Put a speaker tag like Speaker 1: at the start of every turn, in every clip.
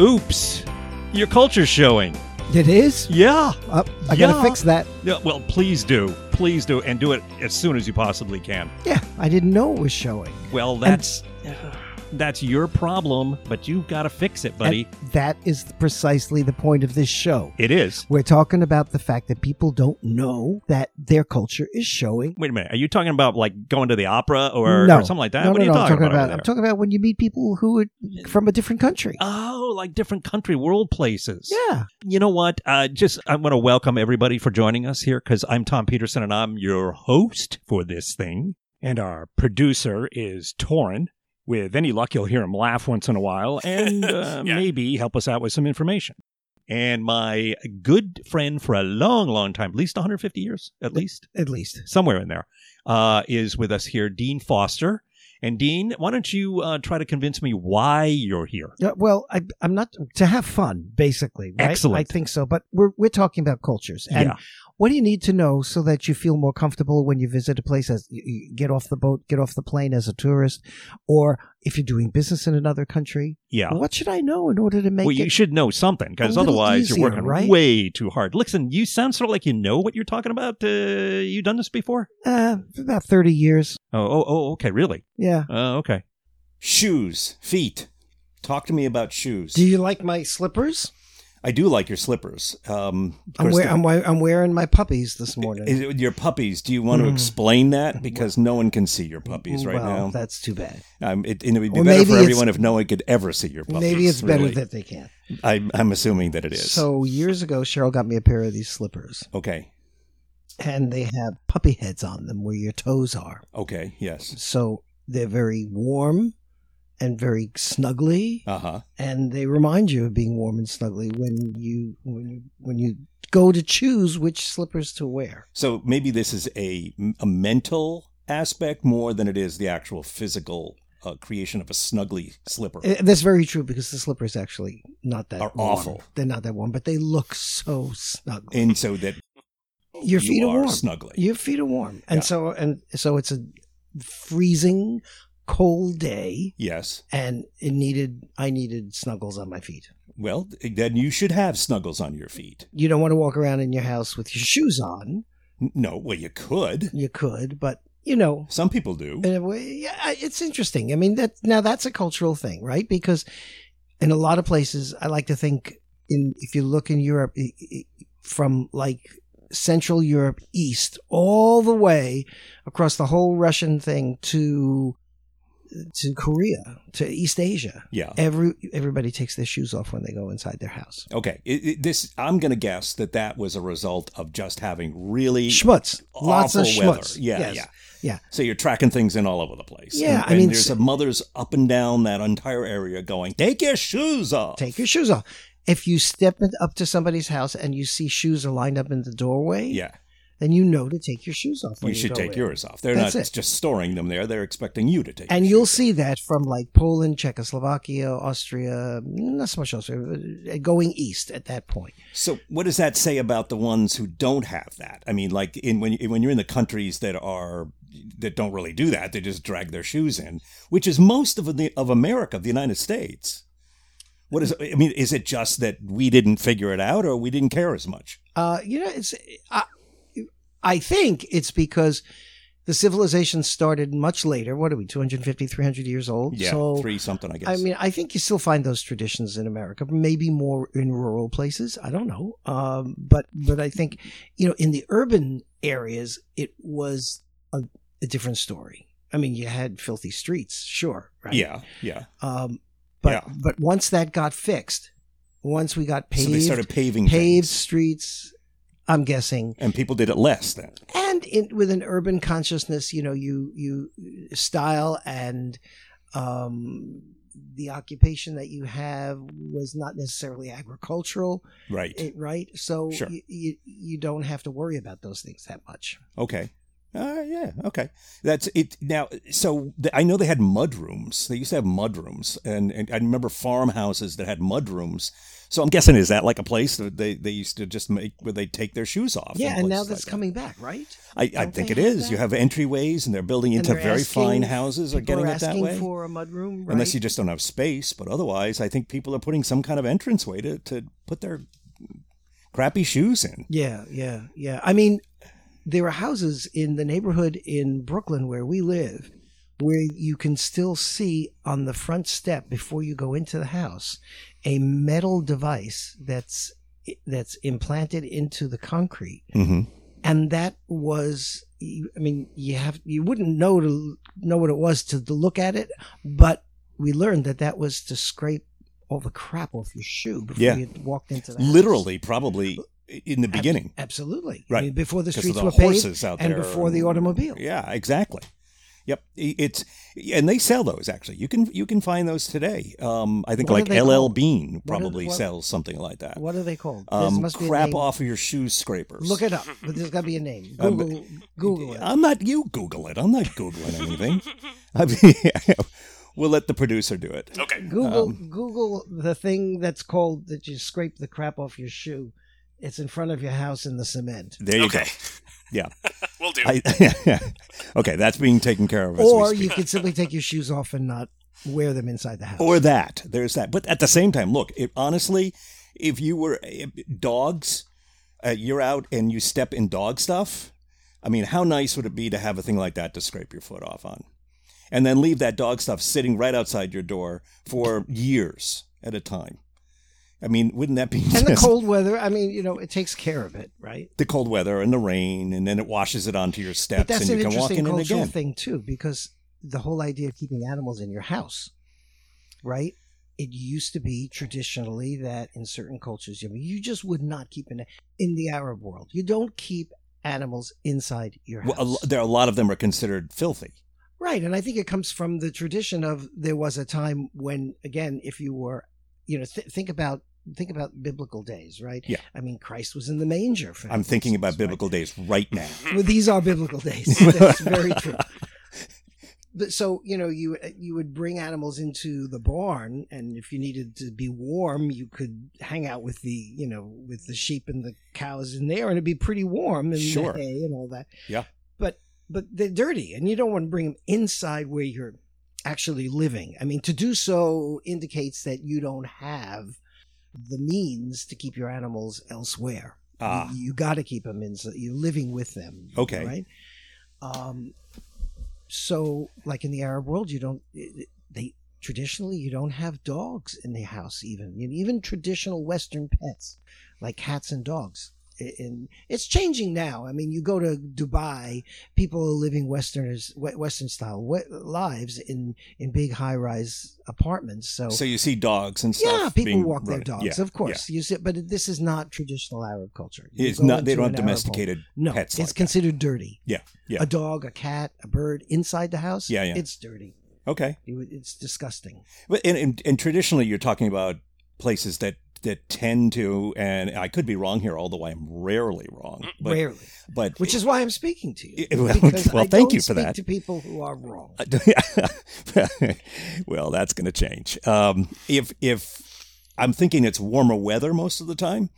Speaker 1: Oops, your culture's showing.
Speaker 2: It is.
Speaker 1: Yeah.
Speaker 2: Uh, I
Speaker 1: Yeah.
Speaker 2: gotta fix that.
Speaker 1: yeah. Well, please do. Please do. And do it as soon as you possibly can.
Speaker 2: Yeah, I didn't know it was showing.
Speaker 1: Well, that's. that's your problem, but you've got to fix it, buddy.
Speaker 2: And that is precisely the point of this show.
Speaker 1: it is.
Speaker 2: We're talking about the fact that people don't know that their culture is showing.
Speaker 1: Wait a minute. Are you talking about like going to the opera or,
Speaker 2: no,
Speaker 1: or something like that?
Speaker 2: No,
Speaker 1: what
Speaker 2: no,
Speaker 1: are you
Speaker 2: no,
Speaker 1: talking,
Speaker 2: I'm talking
Speaker 1: about?
Speaker 2: about?
Speaker 1: over
Speaker 2: I'm
Speaker 1: there?
Speaker 2: talking about when you meet people who are from a different country.
Speaker 1: Oh, like different country, world places.
Speaker 2: yeah,
Speaker 1: You know what? Uh, just I want to welcome everybody for joining us here because I'm Tom Peterson and I'm your host for this thing. And our producer is Torin. With any luck, you'll hear him laugh once in a while and uh,
Speaker 3: Yeah.
Speaker 1: maybe help us out with some information. And my good friend for a long, long time, at least 150 years, at least
Speaker 2: at least.
Speaker 1: somewhere in there, uh, is with us here, Dean Foster. And Dean, why don't you uh, try to convince me why you're here?
Speaker 2: Yeah, well, I, I'm not to have fun, basically. Right?
Speaker 1: Excellent.
Speaker 2: I think so. But we're we're talking about cultures, and
Speaker 1: Yeah.
Speaker 2: what do you need to know so that you feel more comfortable when you visit a place? As you, you get off the boat, get off the plane as a tourist, or if you're doing business in another country,
Speaker 1: Yeah.
Speaker 2: what should I know in order to make
Speaker 1: well,
Speaker 2: it?
Speaker 1: you should know something because
Speaker 2: a little
Speaker 1: otherwise
Speaker 2: easier,
Speaker 1: you're working
Speaker 2: right?
Speaker 1: way too hard. Listen, you sound sort of like you know what you're talking about. Uh, you done this before?
Speaker 2: uh, for about thirty years.
Speaker 1: Oh, oh, oh okay, really?
Speaker 2: Yeah.
Speaker 1: Uh, okay.
Speaker 3: Shoes, feet. Talk to me about shoes.
Speaker 2: Do you like my slippers?
Speaker 3: I do like your slippers. Um, of
Speaker 2: I'm,
Speaker 3: course,
Speaker 2: wear,
Speaker 3: the-
Speaker 2: I'm, wear, I'm wearing my puppies this morning.
Speaker 3: is it your puppies. Do you want to
Speaker 2: Mm.
Speaker 3: explain that because no one can see your puppies right
Speaker 2: well,
Speaker 3: now?
Speaker 2: that's too bad.
Speaker 3: um, it, and it would be
Speaker 2: Or
Speaker 3: better
Speaker 2: maybe
Speaker 3: for
Speaker 2: it's-
Speaker 3: everyone if no one could ever see your puppies.
Speaker 2: Maybe it's better
Speaker 3: really.
Speaker 2: that they can't.
Speaker 3: I, I'm assuming that it is.
Speaker 2: So years ago, Cheryl got me a pair of these slippers,
Speaker 3: okay,
Speaker 2: and they have puppy heads on them where your toes are.
Speaker 3: okay, yes,
Speaker 2: So they're very warm and very snuggly,
Speaker 3: uh huh.
Speaker 2: and they remind you of being warm and snuggly when you when you when you go to choose which slippers to wear.
Speaker 3: So maybe this is a a mental aspect more than it is the actual physical uh, creation of a snuggly slipper.
Speaker 2: Eh, That's very true because the slippers actually not that
Speaker 3: Are
Speaker 2: warm.
Speaker 3: awful.
Speaker 2: They're not that warm, but they look so snug.
Speaker 3: and so that you
Speaker 2: Your feet
Speaker 3: are
Speaker 2: are warm.
Speaker 3: snuggly.
Speaker 2: Your feet are warm, and
Speaker 3: Yeah.
Speaker 2: so and so it's a freezing cold day,
Speaker 3: yes.
Speaker 2: and it needed I needed snuggles on my feet.
Speaker 3: Well, then you should have snuggles on your feet.
Speaker 2: You don't want to walk around in your house with your shoes on.
Speaker 3: N- No, well, you could.
Speaker 2: You could, but you know,
Speaker 3: Some people do.
Speaker 2: in a way, yeah, I- it's interesting. I mean, that now that's a cultural thing, right? Because in a lot of places, I like to think in if you look in Europe i- i- from like Central Europe east all the way across the whole Russian thing to to Korea to East Asia.
Speaker 3: Yeah.
Speaker 2: Every everybody takes their shoes off when they go inside their house.
Speaker 3: Okay. It, it, this I'm going to guess that that was a result of just having really.
Speaker 2: Schmutz, lots of
Speaker 3: E awful weather.
Speaker 2: schmutz.
Speaker 3: Yeah,
Speaker 2: Yes.
Speaker 3: yeah.
Speaker 2: yeah.
Speaker 3: So you're tracking things in all over the place.
Speaker 2: Yeah,
Speaker 3: And,
Speaker 2: I mean,
Speaker 3: and there's a
Speaker 2: s-
Speaker 3: mother's up and down that entire area going, take your shoes off.
Speaker 2: take your shoes off. If you step in- up to somebody's house and you see shoes are lined up in the doorway,
Speaker 3: Yeah.
Speaker 2: then you know to take your shoes off.
Speaker 3: You
Speaker 2: when
Speaker 3: should
Speaker 2: go
Speaker 3: take
Speaker 2: in.
Speaker 3: yours off. They're
Speaker 2: That's
Speaker 3: not
Speaker 2: it.
Speaker 3: just storing them there. They're expecting you to take.
Speaker 2: And
Speaker 3: your
Speaker 2: you'll
Speaker 3: shoes
Speaker 2: see that from like Poland, Czechoslovakia, Austria, not so much Austria, but uh, going east at that point.
Speaker 3: off. So what does that say about the ones who don't have that? I mean, like in when when you're in the countries that are that don't really do that, they just drag their shoes in, which is most of the of America, of the United States. What is? I mean, is it just that we didn't figure it out, or we didn't care as much?
Speaker 2: Uh, you know, it's I, I think it's because the civilization started much later. What are we, 250, 300 years old?
Speaker 3: Yeah,
Speaker 2: so,
Speaker 3: three something, I guess.
Speaker 2: I mean, I think you still find those traditions in America, maybe more in rural places. I don't know, um, but but I think you know in the urban areas it was a, a different story. I mean, you had filthy streets, sure, right?
Speaker 3: yeah, yeah.
Speaker 2: Um, but
Speaker 3: Yeah.
Speaker 2: but once that got fixed, once we got paved,
Speaker 3: so they started paving
Speaker 2: paved
Speaker 3: things,
Speaker 2: streets. I'm guessing
Speaker 3: and people did it less then.
Speaker 2: and in, with an urban consciousness, you know, you you style and um, the occupation that you have was not necessarily agricultural,
Speaker 3: Right.
Speaker 2: eh, right? So
Speaker 3: Sure.
Speaker 2: you, you you don't have to worry about those things that much.
Speaker 3: Okay. Uh, yeah. Okay. That's it. Now, so th- I know they had mud rooms. They used to have mud rooms, and, and I remember farmhouses that had mud rooms So I'm guessing is that like a place that they, they used to just make where they take their shoes off?
Speaker 2: Yeah,
Speaker 3: in
Speaker 2: and now
Speaker 3: places
Speaker 2: that's
Speaker 3: like that?
Speaker 2: coming back, right?
Speaker 3: I, I
Speaker 2: Don't
Speaker 3: think
Speaker 2: they
Speaker 3: it
Speaker 2: have
Speaker 3: is.
Speaker 2: that?
Speaker 3: You have entryways, and they're building
Speaker 2: And
Speaker 3: into
Speaker 2: they're
Speaker 3: very fine
Speaker 2: asking-
Speaker 3: houses. Are
Speaker 2: people
Speaker 3: getting
Speaker 2: are
Speaker 3: it that
Speaker 2: asking
Speaker 3: way,
Speaker 2: for a mudroom, right?
Speaker 3: unless you just don't have space. But otherwise, I think people are putting some kind of entranceway to to put their crappy shoes in.
Speaker 2: Yeah, yeah, yeah. I mean, there are houses in the neighborhood in Brooklyn where we live where you can still see on the front step before you go into the house a metal device that's that's implanted into the concrete
Speaker 3: Mm-hmm.
Speaker 2: and that was i mean you have you wouldn't know to know what it was to, to look at it but we learned that that was to scrape all the crap off your shoe before
Speaker 3: Yeah.
Speaker 2: you walked into the house.
Speaker 3: Literally, probably in the beginning.
Speaker 2: absolutely I
Speaker 3: Right.
Speaker 2: mean, before the
Speaker 3: because of
Speaker 2: streets
Speaker 3: the
Speaker 2: were paved
Speaker 3: horses out
Speaker 2: and
Speaker 3: there
Speaker 2: before the automobile
Speaker 3: Yeah, exactly. Yep, I- it's and they sell those actually. You can you can find those today. Um, I think
Speaker 2: What are
Speaker 3: like
Speaker 2: they
Speaker 3: LL
Speaker 2: called?
Speaker 3: Bean
Speaker 2: What are-
Speaker 3: probably
Speaker 2: what-
Speaker 3: sells something like that.
Speaker 2: what are they called There
Speaker 3: Um,
Speaker 2: must be a
Speaker 3: crap
Speaker 2: name.
Speaker 3: off of your shoe scrapers.
Speaker 2: look it up but there's got to be a name
Speaker 3: Um,
Speaker 2: google google it
Speaker 3: I'm not you Google it. I'm not googling anything. I mean, we'll let the producer do it.
Speaker 4: Okay.
Speaker 2: Google
Speaker 3: Um,
Speaker 2: Google the thing that's called that you scrape the crap off your shoe. It's in front of your house in the cement.
Speaker 3: There you
Speaker 4: okay.
Speaker 3: go. Yeah.
Speaker 4: We'll do.
Speaker 3: I, okay, that's being taken care of. As we
Speaker 2: Or
Speaker 3: speak.
Speaker 2: you could simply take your shoes off and not wear them inside the house.
Speaker 3: or that there's that but at the same time look it, honestly if you were if, dogs uh, you're out and you step in dog stuff i mean how nice would it be to have a thing like that to scrape your foot off on and then leave that dog stuff sitting right outside your door for years at a time i mean wouldn't that be
Speaker 2: and the
Speaker 3: just-
Speaker 2: cold weather, I mean, you know, it takes care of it, right?
Speaker 3: the cold weather and the rain and then it washes it onto your
Speaker 2: But
Speaker 3: steps
Speaker 2: that's
Speaker 3: and
Speaker 2: an
Speaker 3: you can walk
Speaker 2: interesting
Speaker 3: in it
Speaker 2: cultural
Speaker 3: again
Speaker 2: thing too, because the whole idea of keeping animals in your house, right? It used to be traditionally that in certain cultures, you you just would not keep an in the Arab world. You don't keep animals inside your house.
Speaker 3: well, a, lo- there a lot of them are considered filthy
Speaker 2: Right, and I think it comes from the tradition of there was a time when, again, if you were, you know, th- think about think about biblical days, right?
Speaker 3: Yeah.
Speaker 2: I mean, Christ was in the manger. For
Speaker 3: i'm thinking about
Speaker 2: instance,
Speaker 3: biblical days right now
Speaker 2: right? Well, these are biblical days. That's very true. But so you know, you uh, you would bring animals into the barn, and if you needed to be warm, you could hang out with the you know with the sheep and the cows in there, and it'd be pretty warm and
Speaker 3: Sure.
Speaker 2: the hay and all that.
Speaker 3: Yeah.
Speaker 2: But but they're dirty, and you don't want to bring them inside where you're actually living. I mean, to do so indicates that you don't have the means to keep your animals elsewhere.
Speaker 3: ah
Speaker 2: You, got to keep them in. You're living with them.
Speaker 3: Okay.
Speaker 2: Right. Um, so, like in the Arab world, you don't. They traditionally you don't have dogs in the house. Even You- even traditional Western pets like cats and dogs. I- And it's changing now. I mean, you go to Dubai, people are living Westerners, we- Western style we- lives in in big high rise apartments.
Speaker 3: So you see dogs and stuff.
Speaker 2: Yeah, people
Speaker 3: being
Speaker 2: walk their
Speaker 3: run-
Speaker 2: dogs,
Speaker 3: yeah,
Speaker 2: of course. You see, but this is not traditional Arab culture.
Speaker 3: yeah.
Speaker 2: You
Speaker 3: It's
Speaker 2: go
Speaker 3: not. They
Speaker 2: into
Speaker 3: don't have
Speaker 2: an Arab home-
Speaker 3: domesticated
Speaker 2: No,
Speaker 3: pets.
Speaker 2: it's
Speaker 3: Like that.
Speaker 2: considered dirty.
Speaker 3: Yeah, yeah.
Speaker 2: A dog, a cat, a bird inside the house.
Speaker 3: Yeah, yeah.
Speaker 2: It's dirty.
Speaker 3: Okay,
Speaker 2: You- It's disgusting.
Speaker 3: but and, and and traditionally, you're talking about places that that tend to, and I could be wrong here, although I'm rarely wrong. But,
Speaker 2: Rarely,
Speaker 3: but
Speaker 2: which is why I'm speaking to you.
Speaker 3: Yeah, well,
Speaker 2: because
Speaker 3: well,
Speaker 2: I
Speaker 3: thank
Speaker 2: don't
Speaker 3: you for
Speaker 2: speak
Speaker 3: that.
Speaker 2: To people who are wrong.
Speaker 3: well, that's going to change. Um, if if I'm thinking it's warmer weather most of the time,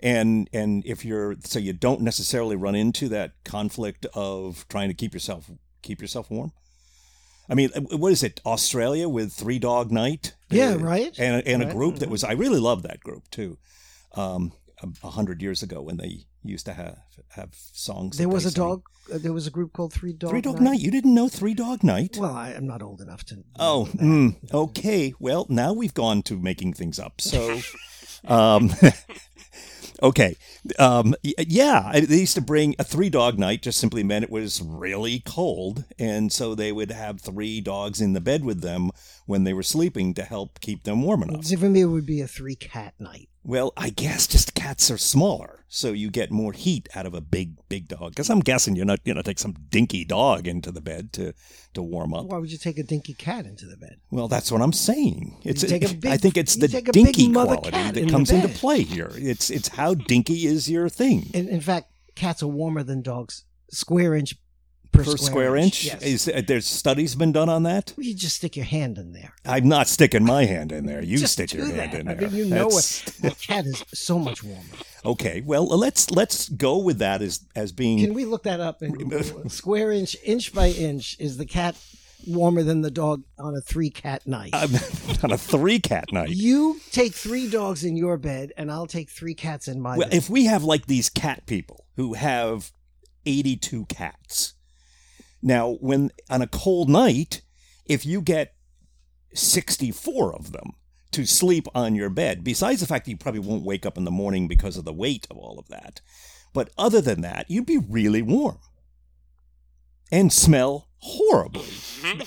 Speaker 3: and and if you're so you don't necessarily run into that conflict of trying to keep yourself keep yourself warm. I mean, uh, what is it? Australia with three dog night.
Speaker 2: yeah,
Speaker 3: Uh,
Speaker 2: right.
Speaker 3: and a, and a
Speaker 2: Right. Mm-hmm.
Speaker 3: group that was I really love that group too. Um, a a hundred years ago when they used to have have songs.
Speaker 2: there
Speaker 3: that
Speaker 2: was
Speaker 3: they
Speaker 2: a
Speaker 3: sang.
Speaker 2: dog. Uh, there was a group called Three Dog.
Speaker 3: Three Dog Night. You didn't know Three Dog Night?
Speaker 2: Well, I, I'm not old enough to.
Speaker 3: Oh,
Speaker 2: know
Speaker 3: mm,
Speaker 2: that.
Speaker 3: okay. Well, now we've gone to making things up. So, um, okay. Um, y- yeah, I- they used to bring a three dog night, just simply meant it was really cold. And so they would have three dogs in the bed with them when they were sleeping to help keep them warm enough.
Speaker 2: So for me, it would be a three cat night.
Speaker 3: Well, I guess just cats are smaller, so you get more heat out of a big, big dog. Because I'm guessing you're not, you know, take some dinky dog into the bed to, to warm up.
Speaker 2: Why would you take a dinky cat into the bed?
Speaker 3: Well, that's what I'm saying. It's
Speaker 2: take a big-
Speaker 3: I think it's
Speaker 2: you
Speaker 3: the
Speaker 2: take a big
Speaker 3: dinky
Speaker 2: mother
Speaker 3: quality
Speaker 2: cat in
Speaker 3: that
Speaker 2: the
Speaker 3: comes into
Speaker 2: bed.
Speaker 3: play here. It's it's how dinky is your thing.
Speaker 2: In, in fact, cats are warmer than dogs, square inch
Speaker 3: per square, inch.
Speaker 2: Yes.
Speaker 3: Is, uh, there's studies been done on that.
Speaker 2: you just stick your hand in there.
Speaker 3: I'm not sticking my hand in there. You
Speaker 2: Just
Speaker 3: stick your
Speaker 2: do
Speaker 3: hand
Speaker 2: that.
Speaker 3: in
Speaker 2: I
Speaker 3: there.
Speaker 2: mean, you know
Speaker 3: That's-
Speaker 2: it. The cat is so much warmer.
Speaker 3: Okay, well let's let's go with that as as being
Speaker 2: Can we look that up? in Google? square inch, inch by inch, is the cat warmer than the dog on a three cat night?
Speaker 3: I'm on a three cat night.
Speaker 2: you take three dogs in your bed, and I'll take three cats in my
Speaker 3: Well,
Speaker 2: bed.
Speaker 3: if we have like these cat people who have 82 cats. Now, when on a cold night, if you get 64 of them to sleep on your bed, besides the fact that you probably won't wake up in the morning because of the weight of all of that, but other than that, you'd be really warm and smell horribly.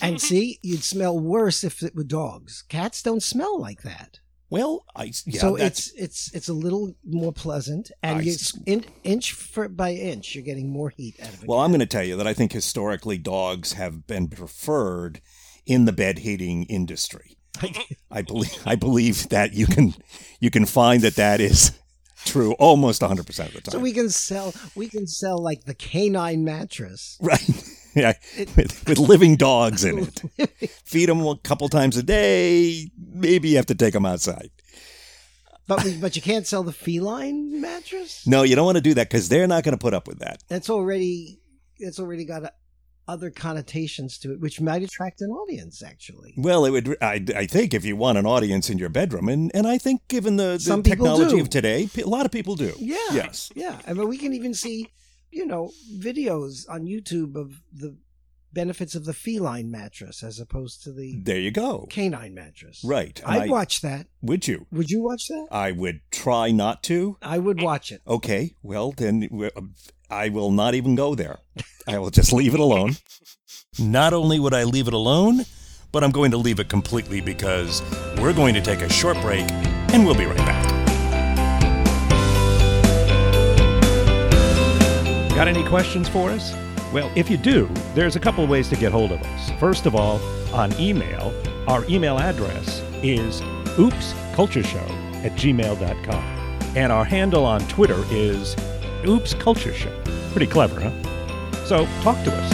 Speaker 2: and see, you'd smell worse if it were dogs. Cats don't smell like that.
Speaker 3: Well, I yeah,
Speaker 2: so
Speaker 3: that's,
Speaker 2: it's it's it's a little more pleasant, and
Speaker 3: I
Speaker 2: you,
Speaker 3: s-
Speaker 2: in, inch for, by inch, you're getting more heat out of it.
Speaker 3: Well, I'm going to tell you that I think historically dogs have been preferred in the bed heating industry. I believe I believe that you can you can find that that is true almost 100% of the time.
Speaker 2: so we can sell we can sell like the canine mattress.
Speaker 3: right. Yeah, with, with living dogs in it. Feed them a couple times a day. Maybe you have to take them outside.
Speaker 2: But we, but you can't sell the feline mattress.
Speaker 3: No, you don't want to do that because they're not going to put up with that.
Speaker 2: That's already that's already got uh other connotations to it, which might attract an audience. Actually,
Speaker 3: Well, it would. I, I think if you want an audience in your bedroom, and, and I think given the, the
Speaker 2: Some people
Speaker 3: technology
Speaker 2: do.
Speaker 3: of today, a lot of people do.
Speaker 2: yeah,
Speaker 3: Yes.
Speaker 2: yeah. I mean, we can even see you know videos on YouTube of the benefits of the feline mattress as opposed to the
Speaker 3: There you go.
Speaker 2: canine mattress.
Speaker 3: Hmm. Right. and
Speaker 2: I'd
Speaker 3: I-
Speaker 2: watch that.
Speaker 3: Would you?
Speaker 2: Would you watch that?
Speaker 3: I would try not to.
Speaker 2: I would watch it.
Speaker 3: Okay. Well, then we- I will not even go there. I will just leave it alone. Not only would I leave it alone, but I'm going to leave it completely because we're going to take a short break and we'll be right back.
Speaker 1: Got any questions for us? Well, if you do, there's a couple of ways to get hold of us. First of all, on email, our email address is oopscultureshow at gmail.com. And our handle on Twitter is oopscultureshow. Pretty clever, huh? So talk to us.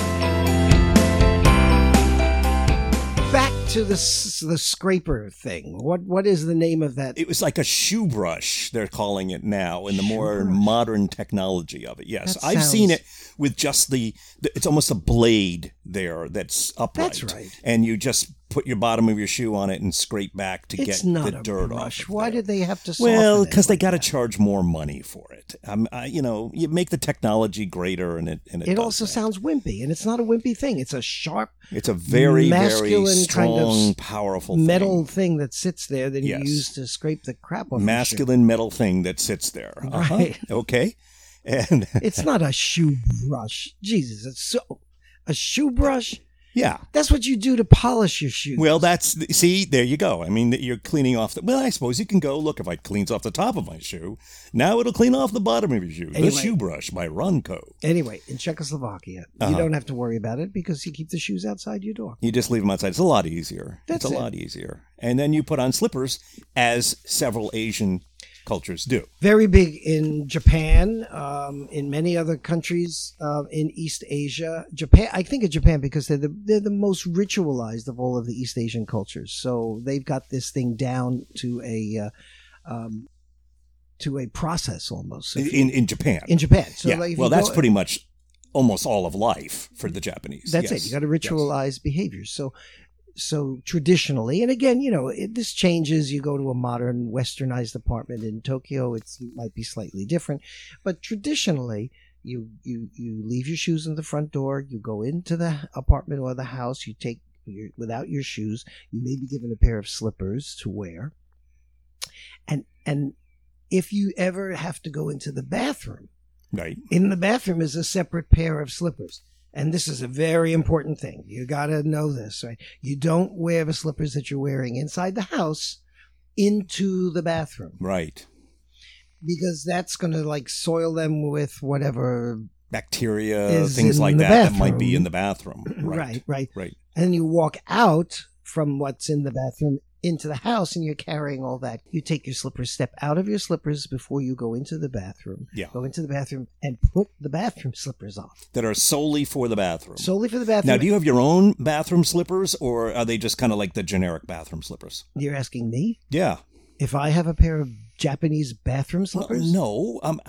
Speaker 2: Back to the s- the scraper thing. What what is the name of that?
Speaker 3: It was like a shoe brush, they're calling it now, in the more
Speaker 2: Shoe brush.
Speaker 3: modern technology of it. Yes.
Speaker 2: That
Speaker 3: I've seen
Speaker 2: sounds-
Speaker 3: it with just the, the, it's almost a blade there that's upright.
Speaker 2: That's right.
Speaker 3: And you just put your bottom of your shoe on it and scrape back to
Speaker 2: it's
Speaker 3: get
Speaker 2: not
Speaker 3: the
Speaker 2: a
Speaker 3: dirt
Speaker 2: brush.
Speaker 3: off. of
Speaker 2: Why
Speaker 3: there.
Speaker 2: did they have to? soften
Speaker 3: Well,
Speaker 2: it
Speaker 3: because they
Speaker 2: like
Speaker 3: got to
Speaker 2: that?
Speaker 3: charge more money for it. Um, I, you know, you make the technology greater, and it and it,
Speaker 2: It
Speaker 3: does
Speaker 2: also
Speaker 3: that.
Speaker 2: sounds wimpy, and it's not a wimpy thing. It's a sharp
Speaker 3: it's a very very
Speaker 2: masculine kind of
Speaker 3: strong,
Speaker 2: s-
Speaker 3: powerful
Speaker 2: metal
Speaker 3: thing.
Speaker 2: thing that sits there that
Speaker 3: Yes.
Speaker 2: you use to scrape the crap off. your shoe.
Speaker 3: masculine metal thing that sits there. Uh-huh.
Speaker 2: Right.
Speaker 3: Okay, and
Speaker 2: It's not a shoe brush. Jesus, it's so a shoe brush.
Speaker 3: yeah.
Speaker 2: That's what you do to polish your shoes.
Speaker 3: Well, that's see, there you go. I mean, that you're cleaning off the. Well, I suppose you can go look. If I cleans off the top of my shoe, now it'll clean off the bottom of your shoe. The
Speaker 2: Anyway.
Speaker 3: shoe brush by Ronco.
Speaker 2: Anyway, in Czechoslovakia,
Speaker 3: Uh-huh.
Speaker 2: you don't have to worry about it because you keep the shoes outside your door.
Speaker 3: You just leave them outside. It's a lot easier.
Speaker 2: That's
Speaker 3: it's a
Speaker 2: it.
Speaker 3: lot easier. And then you put on slippers, as several Asian cultures do.
Speaker 2: Very big in Japan, um, in many other countries uh, in East Asia. Japan, I think of Japan because they're the they're the most ritualized of all of the East Asian cultures. So they've got this thing down to a uh, um, to a process almost If you-
Speaker 3: In in Japan.
Speaker 2: in Japan. So
Speaker 3: yeah.
Speaker 2: like if
Speaker 3: well,
Speaker 2: you
Speaker 3: that's
Speaker 2: go-
Speaker 3: pretty much almost all of life for the Japanese.
Speaker 2: That's
Speaker 3: Yes.
Speaker 2: it. You got to ritualize behaviors. So, so traditionally, and again, you know, it, this changes. You go to a modern westernized apartment in Tokyo; it's, it might be slightly different, but traditionally, you you you leave your shoes in the front door. You go into the apartment or the house. You take your, without your shoes. You may be given a pair of slippers to wear, and and if you ever have to go into the bathroom
Speaker 3: Right.
Speaker 2: in the bathroom is a separate pair of slippers. And this is a very important thing. You got to know this, right? You don't wear the slippers that you're wearing inside the house into the bathroom
Speaker 3: Right.
Speaker 2: because that's going to like soil them with whatever.
Speaker 3: Bacteria,
Speaker 2: Is
Speaker 3: things
Speaker 2: in
Speaker 3: like
Speaker 2: the
Speaker 3: that, that might be
Speaker 2: bathroom.
Speaker 3: in the bathroom.
Speaker 2: Right, right.
Speaker 3: Right.
Speaker 2: And you walk out from what's in the bathroom into the house and you're carrying all that. You take your slippers, step out of your slippers before you go into the bathroom.
Speaker 3: Yeah.
Speaker 2: Go into the bathroom and put the bathroom slippers on
Speaker 3: that are solely for the bathroom.
Speaker 2: solely for the bathroom.
Speaker 3: now, do you have your own bathroom slippers, or are they just kind of like the generic bathroom slippers?
Speaker 2: You're asking me
Speaker 3: Yeah.
Speaker 2: if I have a pair of Japanese bathroom
Speaker 3: Well,
Speaker 2: slippers?
Speaker 3: no, I'm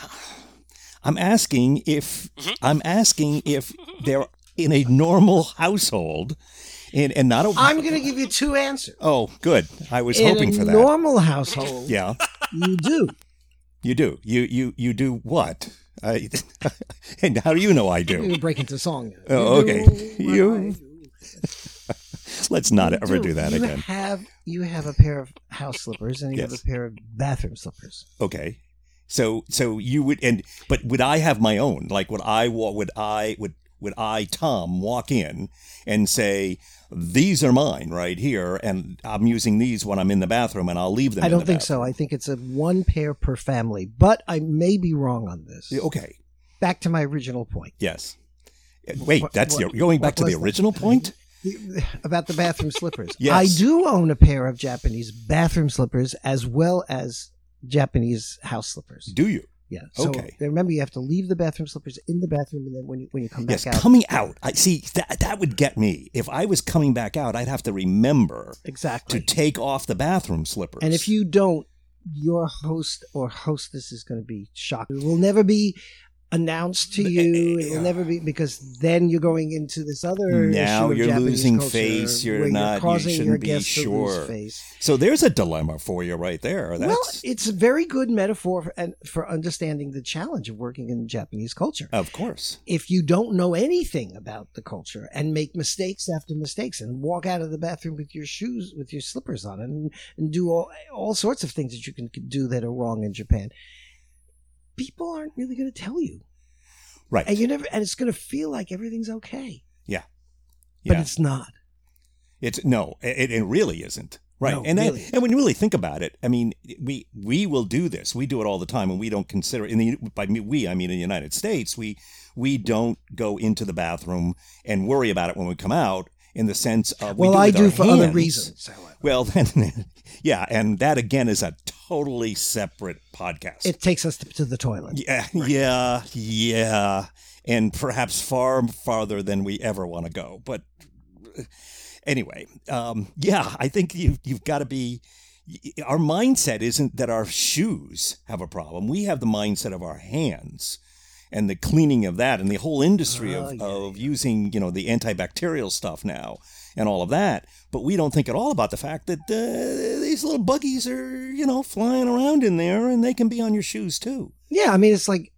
Speaker 3: I'm asking if I'm asking if they're in a normal household, and and not a.
Speaker 2: I'm going to give you two answers.
Speaker 3: oh, good. I was
Speaker 2: In
Speaker 3: hoping
Speaker 2: a
Speaker 3: for that.
Speaker 2: normal household,
Speaker 3: yeah,
Speaker 2: you do.
Speaker 3: you do. You you you do what? I, and how do you know I
Speaker 2: We're
Speaker 3: do?
Speaker 2: going to break into song. now.
Speaker 3: Oh,
Speaker 2: You
Speaker 3: okay.
Speaker 2: do what
Speaker 3: You
Speaker 2: I do.
Speaker 3: Let's not
Speaker 2: You
Speaker 3: ever do that
Speaker 2: you
Speaker 3: again.
Speaker 2: Have, you have a pair of house slippers and you have
Speaker 3: Yes.
Speaker 2: a pair of bathroom slippers.
Speaker 3: Okay. So so you would and but would I have my own? Like would I wa- would I would would I Tom walk in and say these are mine right here and I'm using these when I'm in the bathroom and I'll leave them
Speaker 2: I
Speaker 3: in
Speaker 2: don't
Speaker 3: the
Speaker 2: think so. I think it's a one pair per family, but I may be wrong on this.
Speaker 3: bathroom. Okay.
Speaker 2: Back to my original point
Speaker 3: Yes. Wait,
Speaker 2: What-
Speaker 3: that's
Speaker 2: what-
Speaker 3: the, going
Speaker 2: what
Speaker 3: back to
Speaker 2: was
Speaker 3: the
Speaker 2: that?
Speaker 3: original point?
Speaker 2: about the bathroom slippers.
Speaker 3: Yes.
Speaker 2: I do own a pair of Japanese bathroom slippers as well as Japanese house slippers.
Speaker 3: Do you?
Speaker 2: Yeah. So
Speaker 3: Okay.
Speaker 2: remember, you have to leave the bathroom slippers in the bathroom, and then when you when you come back
Speaker 3: Yes,
Speaker 2: out,
Speaker 3: coming out. I see that that would get me. If I was coming back out, I'd have to remember to
Speaker 2: exactly.
Speaker 3: take off the bathroom slippers.
Speaker 2: and if you don't, your host or hostess is going to be shocked. It will never be announced to
Speaker 3: eh,
Speaker 2: you. It will never be because then you're going into this other.
Speaker 3: Now
Speaker 2: issue of
Speaker 3: you're
Speaker 2: Japanese
Speaker 3: losing
Speaker 2: culture
Speaker 3: face, you're
Speaker 2: where
Speaker 3: not- you
Speaker 2: causing your
Speaker 3: shouldn't be
Speaker 2: guests to lose
Speaker 3: sure.
Speaker 2: face.
Speaker 3: So there's a dilemma for you right there. That's
Speaker 2: well, it's a very good metaphor for, and for understanding the challenge of working in Japanese culture.
Speaker 3: Of course.
Speaker 2: if you don't know anything about the culture and make mistakes after mistakes and walk out of the bathroom with your shoes with your slippers on and, and do all, all sorts of things that you can do that are wrong in Japan people aren't really going to tell you
Speaker 3: Right.
Speaker 2: and you never and it's going to feel like everything's okay but
Speaker 3: yeah. It's,
Speaker 2: it's not
Speaker 3: no, it, it really isn't. Right.
Speaker 2: No,
Speaker 3: and that-
Speaker 2: really.
Speaker 3: and when you really think about it, I mean, we we will do this. We do it all the time and we don't consider in the by me we I mean in the United States, we we don't go into the bathroom and worry about it when we come out in the sense of we
Speaker 2: well I
Speaker 3: it with
Speaker 2: do
Speaker 3: our
Speaker 2: for other
Speaker 3: hands. uh,
Speaker 2: reasons however.
Speaker 3: Well, then yeah, and that again is a totally separate podcast.
Speaker 2: it takes us to, to the toilet
Speaker 3: Yeah, yeah, yeah, and perhaps far farther than we ever want to go. But uh, anyway, um, yeah, I think you you've got to be. Our mindset isn't that our shoes have a problem. We have the mindset of our hands and the cleaning of that and the whole industry
Speaker 2: Oh,
Speaker 3: of,
Speaker 2: yeah,
Speaker 3: of using, you know, the antibacterial stuff now and all of that. But we don't think at all about the fact that uh, these little buggies are, you know, flying around in there and they can be on your shoes too.
Speaker 2: yeah I mean it's like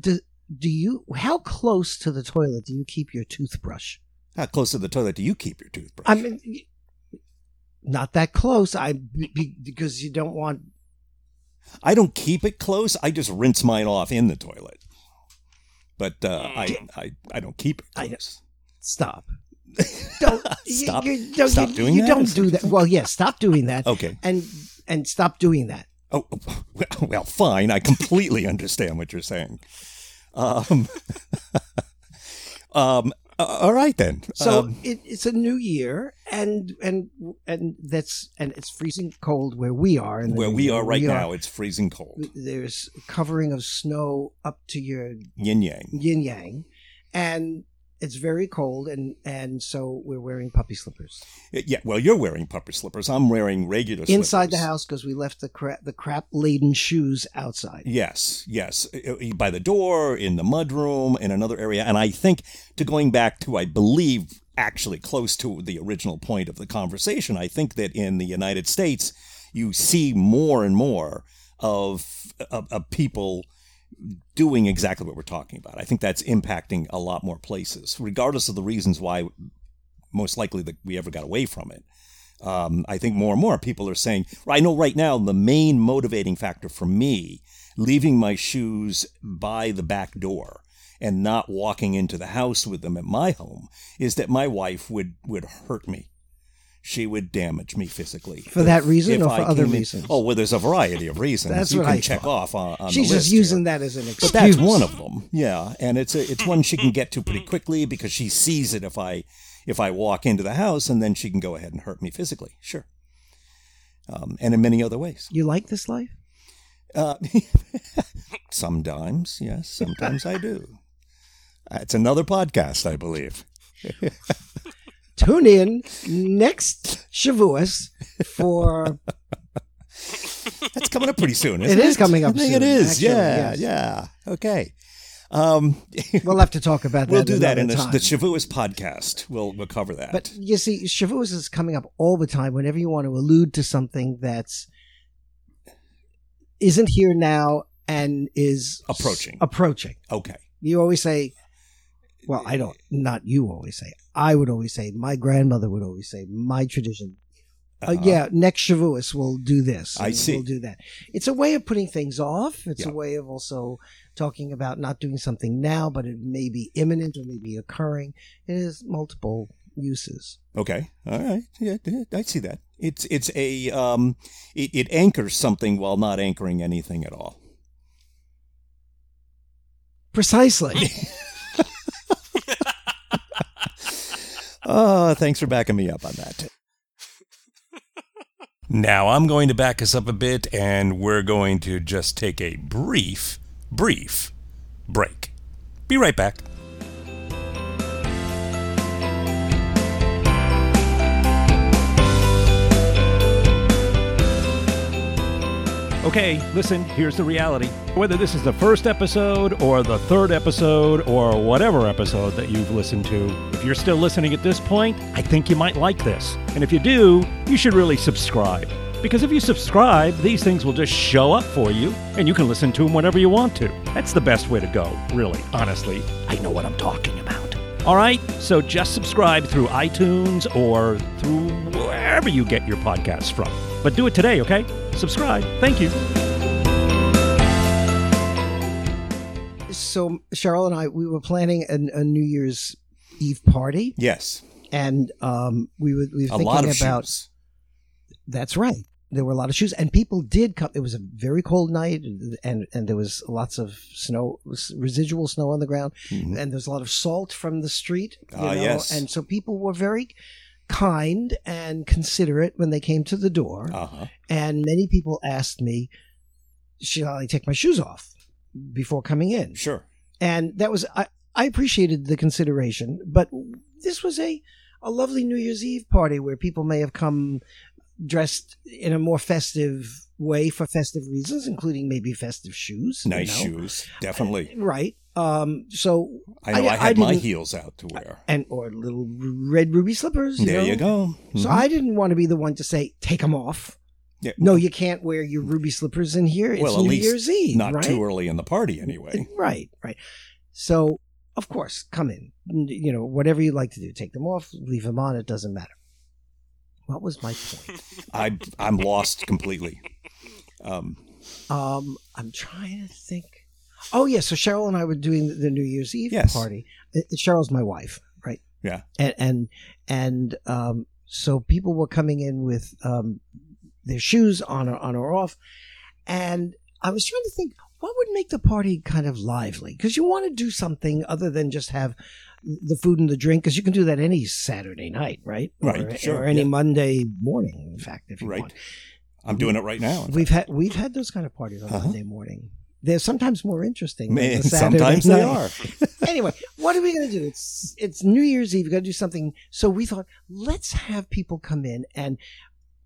Speaker 2: do, do you how close to the toilet do you keep your toothbrush
Speaker 3: How close to the toilet do you keep your toothbrush?
Speaker 2: I mean, y- not that close. I be- be- because you don't want.
Speaker 3: I don't keep it close. I just rinse mine off in the toilet. But uh, I, I I don't keep it
Speaker 2: Mm. I-
Speaker 3: close.
Speaker 2: Stop. Don't
Speaker 3: Stop-
Speaker 2: You, you, don't,
Speaker 3: stop
Speaker 2: you,
Speaker 3: doing
Speaker 2: you
Speaker 3: that?
Speaker 2: don't do that. Oh. Well, yes, stop doing that,
Speaker 3: okay.
Speaker 2: and and stop doing that.
Speaker 3: Oh well, well, fine. I completely understand what you're saying. Um, um, a- all right then.
Speaker 2: So
Speaker 3: Um,
Speaker 2: it, it's a new year, and and and that's and it's freezing cold where we are. in the
Speaker 3: Um, where
Speaker 2: new
Speaker 3: we
Speaker 2: year.
Speaker 3: are right now, it's freezing cold.
Speaker 2: There's covering of snow up to your
Speaker 3: Yin yang.
Speaker 2: yin yang, and it's very cold, and and so we're wearing puppy slippers.
Speaker 3: Yeah. Well, you're wearing pupper slippers. I'm wearing regular slippers.
Speaker 2: inside the house because we left the crap the crap laden shoes outside.
Speaker 3: Yes, yes. Uh, uh, By the door, in the mudroom, in another area. And I think to going back to, I believe, actually close to the original point of the conversation, I think that in the United States, you see more and more of, of, of people doing exactly what we're talking about. I think that's impacting a lot more places, regardless of the reasons why most likely that we ever got away from it. Um, I think more and more people are saying, I know right now the main motivating factor for me leaving my shoes by the back door and not walking into the house with them at my home is that my wife would would hurt me. She would damage me physically
Speaker 2: For that reason or for other
Speaker 3: came in-
Speaker 2: reasons?
Speaker 3: Oh well, there's a variety of reasons.
Speaker 2: That's
Speaker 3: you
Speaker 2: what
Speaker 3: can
Speaker 2: I
Speaker 3: check
Speaker 2: thought.
Speaker 3: off on. on the
Speaker 2: She's just
Speaker 3: list here.
Speaker 2: using that as an excuse.
Speaker 3: But that's one of them. Yeah, and it's a, it's one she can get to pretty quickly because she sees it if I if I walk into the house and then she can go ahead and hurt me physically. Sure. um, and in many other ways.
Speaker 2: You like this life?
Speaker 3: Uh, sometimes, yes, sometimes I do. Uh, It's another podcast, I believe.
Speaker 2: Tune in next Shavuos for
Speaker 3: That's coming up pretty soon,
Speaker 2: It
Speaker 3: isn't it?
Speaker 2: is coming up
Speaker 3: I think
Speaker 2: soon,
Speaker 3: it is.
Speaker 2: actually,
Speaker 3: yeah,
Speaker 2: yes.
Speaker 3: yeah. Okay. Um,
Speaker 2: we'll have to talk about that.
Speaker 3: we'll do that in
Speaker 2: another
Speaker 3: the,
Speaker 2: time.
Speaker 3: the Shavuos podcast. We'll we'll cover that.
Speaker 2: But you see, Shavuos is coming up all the time. Whenever you want to allude to something that's isn't here now and is
Speaker 3: Approaching.
Speaker 2: approaching,
Speaker 3: okay.
Speaker 2: you always say. Well, I don't. Not you always say. I would always say. My grandmother would always say. My tradition. Uh,
Speaker 3: Uh-huh.
Speaker 2: yeah, next Shavuos we'll do this.
Speaker 3: I
Speaker 2: and
Speaker 3: see.
Speaker 2: We'll do that. It's a way of putting things off. It's
Speaker 3: Yeah.
Speaker 2: a way of also talking about not doing something now, but it may be imminent or may be occurring. It has multiple uses.
Speaker 3: Okay. All right. Yeah, yeah, I see that. It's it's a um, it, it anchors something while not anchoring anything at all.
Speaker 2: Precisely.
Speaker 3: Oh, thanks for backing me up on that. now I'm going to back us up a bit, and we're going to just take a brief, brief break. Be right back.
Speaker 1: Okay, listen, here's the reality. Whether this is the first episode or the third episode or whatever episode that you've listened to, if you're still listening at this point, I think you might like this. And if you do, you should really subscribe. Because if you subscribe, these things will just show up for you and you can listen to them whenever you want to. That's the best way to go, really, honestly. I know what I'm talking about. All right, so just subscribe through iTunes or through wherever you get your podcasts from. But do it today, okay? Subscribe. Thank you.
Speaker 2: so Cheryl and I, we were planning an, a New Year's Eve party,
Speaker 3: Yes,
Speaker 2: and um, we were, we were
Speaker 3: a
Speaker 2: thinking
Speaker 3: lot of
Speaker 2: about.
Speaker 3: shoes.
Speaker 2: That's right. There were a lot of shoes, and people did come. It was a very cold night, and and there was lots of snow, residual snow on the ground,
Speaker 3: Mhm.
Speaker 2: and there was a lot of salt from the street. You
Speaker 3: Ah,
Speaker 2: know?
Speaker 3: yes.
Speaker 2: And so people were very kind and considerate when they came to the door.
Speaker 3: Uh-huh.
Speaker 2: And many people asked me, "Shall I take my shoes off before coming in?"
Speaker 3: Sure.
Speaker 2: and that was I, I appreciated the consideration but this was a a lovely new year's eve party where people may have come dressed in a more festive way for festive reasons including maybe festive shoes you
Speaker 3: Nice
Speaker 2: know.
Speaker 3: shoes. Definitely.
Speaker 2: right um so
Speaker 3: I know I,
Speaker 2: I- I
Speaker 3: had my
Speaker 2: didn't-
Speaker 3: heels out to wear.
Speaker 2: and or little red ruby slippers you
Speaker 3: there
Speaker 2: know?
Speaker 3: you go.
Speaker 2: so
Speaker 3: Mhm.
Speaker 2: i didn't want to be the one to say take them off
Speaker 3: Yeah.
Speaker 2: no you can't wear your ruby slippers in here it's
Speaker 3: Well, at
Speaker 2: new
Speaker 3: least
Speaker 2: year's eve
Speaker 3: Not
Speaker 2: right?
Speaker 3: too early in the party, anyway.
Speaker 2: Right, right. So, of course, come in. You know, whatever you like to do, take them off, leave them on. It doesn't matter. What was my point?
Speaker 3: I I'm lost completely. Um,
Speaker 2: um, I'm trying to think. Oh yeah, so Cheryl and I were doing the New Year's Eve
Speaker 3: Yes.
Speaker 2: party. Uh, Cheryl's my wife, right?
Speaker 3: Yeah.
Speaker 2: And and and um, so people were coming in with um, their shoes on or on or off, and I was trying to think what would make the party kind of lively because you want to do something other than just have the food and the drink because you can do that any Saturday night, right?
Speaker 3: Right,
Speaker 2: Or,
Speaker 3: sure,
Speaker 2: Or any
Speaker 3: yeah.
Speaker 2: Monday morning, in fact, if you
Speaker 3: Right.
Speaker 2: want.
Speaker 3: I'm doing it right now.
Speaker 2: We've had we've had those kind of parties on
Speaker 3: Uh-huh.
Speaker 2: Monday morning. They're sometimes more interesting. than
Speaker 3: Man,
Speaker 2: the Saturday
Speaker 3: sometimes they
Speaker 2: night.
Speaker 3: are.
Speaker 2: anyway, what are we going to do? It's it's New Year's Eve. We got to do something. So we thought let's have people come in and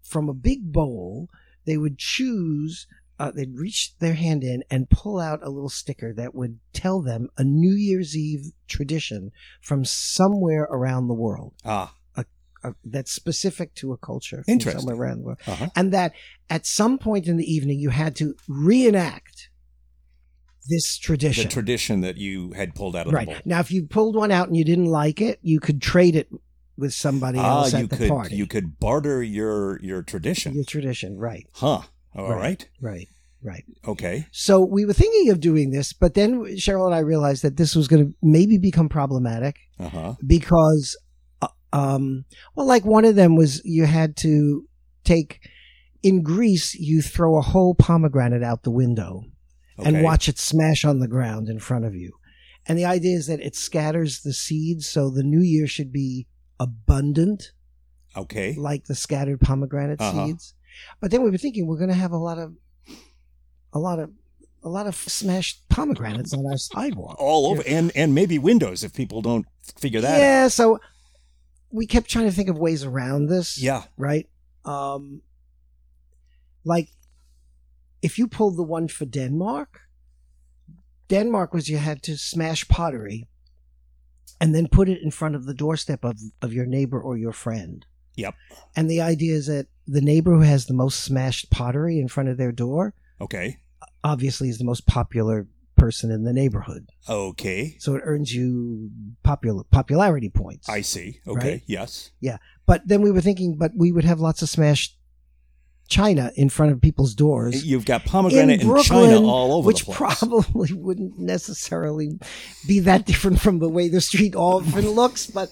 Speaker 2: from a big bowl they would choose. Uh, they'd reach their hand in and pull out a little sticker that would tell them a New Year's Eve tradition from somewhere around the world
Speaker 3: Ah,
Speaker 2: uh, that's specific to a culture from
Speaker 3: Interesting.
Speaker 2: somewhere around the world
Speaker 3: uh-huh.
Speaker 2: and that at some point in the evening you had to reenact this
Speaker 3: the
Speaker 2: tradition.
Speaker 3: tradition that you had pulled out of
Speaker 2: right
Speaker 3: the bowl.
Speaker 2: now, if you pulled one out and you didn't like it, you could trade it with somebody
Speaker 3: Ah,
Speaker 2: else at
Speaker 3: you
Speaker 2: the
Speaker 3: could
Speaker 2: party.
Speaker 3: you could barter your your tradition.
Speaker 2: Your tradition, right,
Speaker 3: Huh. All right.
Speaker 2: Right. right, right.
Speaker 3: Okay.
Speaker 2: So we were thinking of doing this, but then Cheryl and I realized that this was going to maybe become problematic
Speaker 3: Uh huh.
Speaker 2: because, uh, um, well, like one of them was you had to take. In Greece, you throw a whole pomegranate out the window.
Speaker 3: Okay.
Speaker 2: and watch it smash on the ground in front of you. And the idea is that it scatters the seeds, so the new year should be abundant,
Speaker 3: Okay.
Speaker 2: like the scattered pomegranate
Speaker 3: Uh-huh.
Speaker 2: seeds. But then we were thinking we're going to have a lot of, a lot of, a lot of smashed pomegranates on our sidewalk.
Speaker 3: all over, and and maybe windows if people don't figure that out.
Speaker 2: yeah. So we kept trying to think of ways around this.
Speaker 3: Yeah,
Speaker 2: Right. Um, like if you pulled the one for Denmark, Denmark was you had to smash pottery and then put it in front of the doorstep of, of your neighbor or your friend.
Speaker 3: Yep.
Speaker 2: And the idea is that the neighbor who has the most smashed pottery in front of their door
Speaker 3: okay,
Speaker 2: obviously is the most popular person in the neighborhood.
Speaker 3: okay,
Speaker 2: So it earns you popular popularity points.
Speaker 3: I see. Okay,
Speaker 2: Right?
Speaker 3: yes,
Speaker 2: But then we were thinking, but we would have lots of smashed china in front of people's doors,
Speaker 3: you've got pomegranate
Speaker 2: In
Speaker 3: and China
Speaker 2: Brooklyn,
Speaker 3: all over
Speaker 2: which
Speaker 3: the place.
Speaker 2: probably wouldn't necessarily be that different from the way the street often looks. But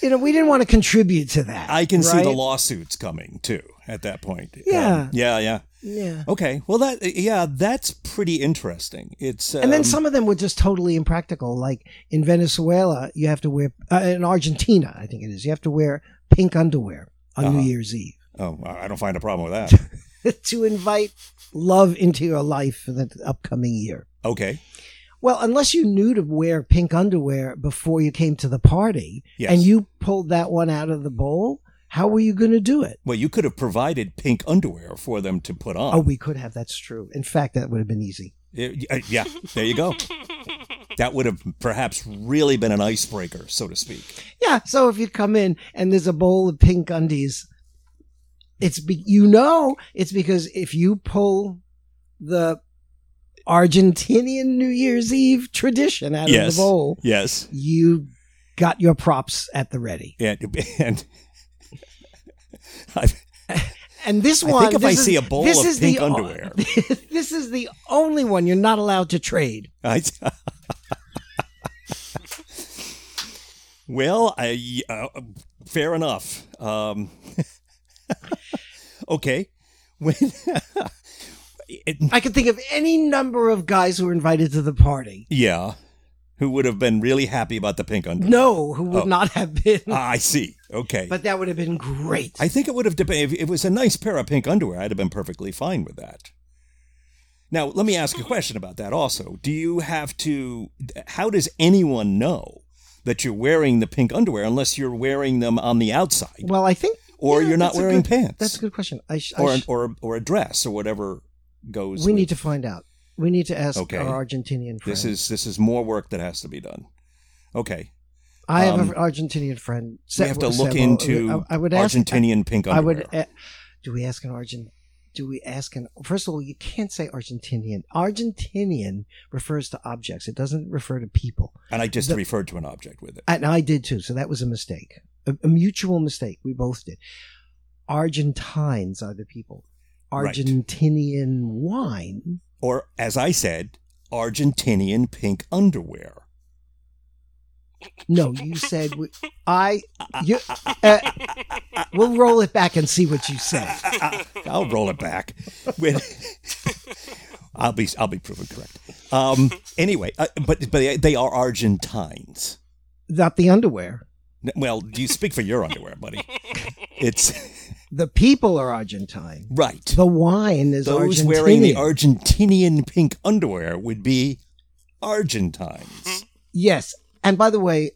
Speaker 2: you know, we didn't want to contribute to that.
Speaker 3: I can see the
Speaker 2: right?
Speaker 3: lawsuits coming too at that point. Um,
Speaker 2: Yeah.
Speaker 3: yeah, yeah.
Speaker 2: Yeah.
Speaker 3: Okay, well that yeah, that's pretty interesting. It's um,
Speaker 2: And then some of them were just totally impractical. Like in Venezuela, you have to wear, uh, in Argentina, I think it is, you have to wear pink underwear on
Speaker 3: Uh-huh.
Speaker 2: New Year's Eve
Speaker 3: Oh, I I don't find a problem with that.
Speaker 2: to invite love into your life for the upcoming year.
Speaker 3: Okay,
Speaker 2: Well, unless you knew to wear pink underwear before you came to the party
Speaker 3: yes.
Speaker 2: and you pulled that one out of the bowl, how were you going to do it?
Speaker 3: well, you could have provided pink underwear for them to put on.
Speaker 2: Oh, we could have. That's true. In fact, that would have been easy.
Speaker 3: Yeah, y- uh, yeah, there you go. That would have perhaps really been an icebreaker, so to speak.
Speaker 2: Yeah. So if you come in and there's a bowl of pink undies, it's be- you know it's because if you pull the Argentinian New Year's Eve tradition out of
Speaker 3: Yes.
Speaker 2: the bowl,
Speaker 3: Yes.
Speaker 2: you got your props at the ready.
Speaker 3: And, and I,
Speaker 2: And this
Speaker 3: I
Speaker 2: one,
Speaker 3: think if
Speaker 2: this
Speaker 3: I
Speaker 2: is-
Speaker 3: see a bowl
Speaker 2: this
Speaker 3: of
Speaker 2: is
Speaker 3: pink
Speaker 2: the, o-
Speaker 3: underwear.
Speaker 2: this is the only one you're not allowed to trade.
Speaker 3: I, well, I, uh, fair enough. Um, okay. When, it-
Speaker 2: I could think of any number of guys who were invited to the party.
Speaker 3: yeah. Who would have been really happy about the pink underwear?
Speaker 2: No, who would
Speaker 3: Oh.
Speaker 2: not have been.
Speaker 3: Ah, I see. Okay.
Speaker 2: Mm-hmm. But that would have been great.
Speaker 3: I think it would have depended. If it was a nice pair of pink underwear, I'd have been perfectly fine with that. Now, let me ask you a question about that also. Do you have to, how does anyone know that you're wearing the pink underwear unless you're wearing them on the outside
Speaker 2: well, I think.
Speaker 3: or
Speaker 2: yeah,
Speaker 3: you're not
Speaker 2: that's a
Speaker 3: wearing
Speaker 2: good-
Speaker 3: pants
Speaker 2: That's a good question. I sh- I
Speaker 3: or, an-
Speaker 2: sh-
Speaker 3: or, or a dress or whatever goes?
Speaker 2: we
Speaker 3: with-
Speaker 2: need to find out. We need to ask
Speaker 3: Okay.
Speaker 2: our Argentinian friend.
Speaker 3: This is, this is more work that has to be done. Okay.
Speaker 2: I have an
Speaker 3: um,
Speaker 2: Argentinian friend.
Speaker 3: We
Speaker 2: Se-
Speaker 3: have to look
Speaker 2: several-
Speaker 3: into
Speaker 2: I, I would ask.
Speaker 3: Argentinian pink
Speaker 2: I
Speaker 3: underwear.
Speaker 2: would. a do we ask an Argent? Do we ask an? First of all, you can't say Argentinian. Argentinian refers to objects. It doesn't refer to people.
Speaker 3: and I just
Speaker 2: the-
Speaker 3: referred to an object with it.
Speaker 2: And I did too. So that was a mistake, a, a mutual mistake. We both did. Argentines are the people.
Speaker 3: Right.
Speaker 2: Argentinian wine.
Speaker 3: Or, as I said, Argentinian pink underwear.
Speaker 2: No, you said we, I. You, uh, we'll roll it back and see what you say.
Speaker 3: I- I'll roll it back. When- I'll be I'll be proven correct. Um, anyway, uh, but but they are Argentines.
Speaker 2: Not the underwear.
Speaker 3: N- Well, you speak for your underwear, buddy. It's
Speaker 2: The people are Argentine.
Speaker 3: right.
Speaker 2: The wine is
Speaker 3: Those
Speaker 2: Argentinian.
Speaker 3: wearing the Argentinian pink underwear would be Argentines.
Speaker 2: Yes. And by the way,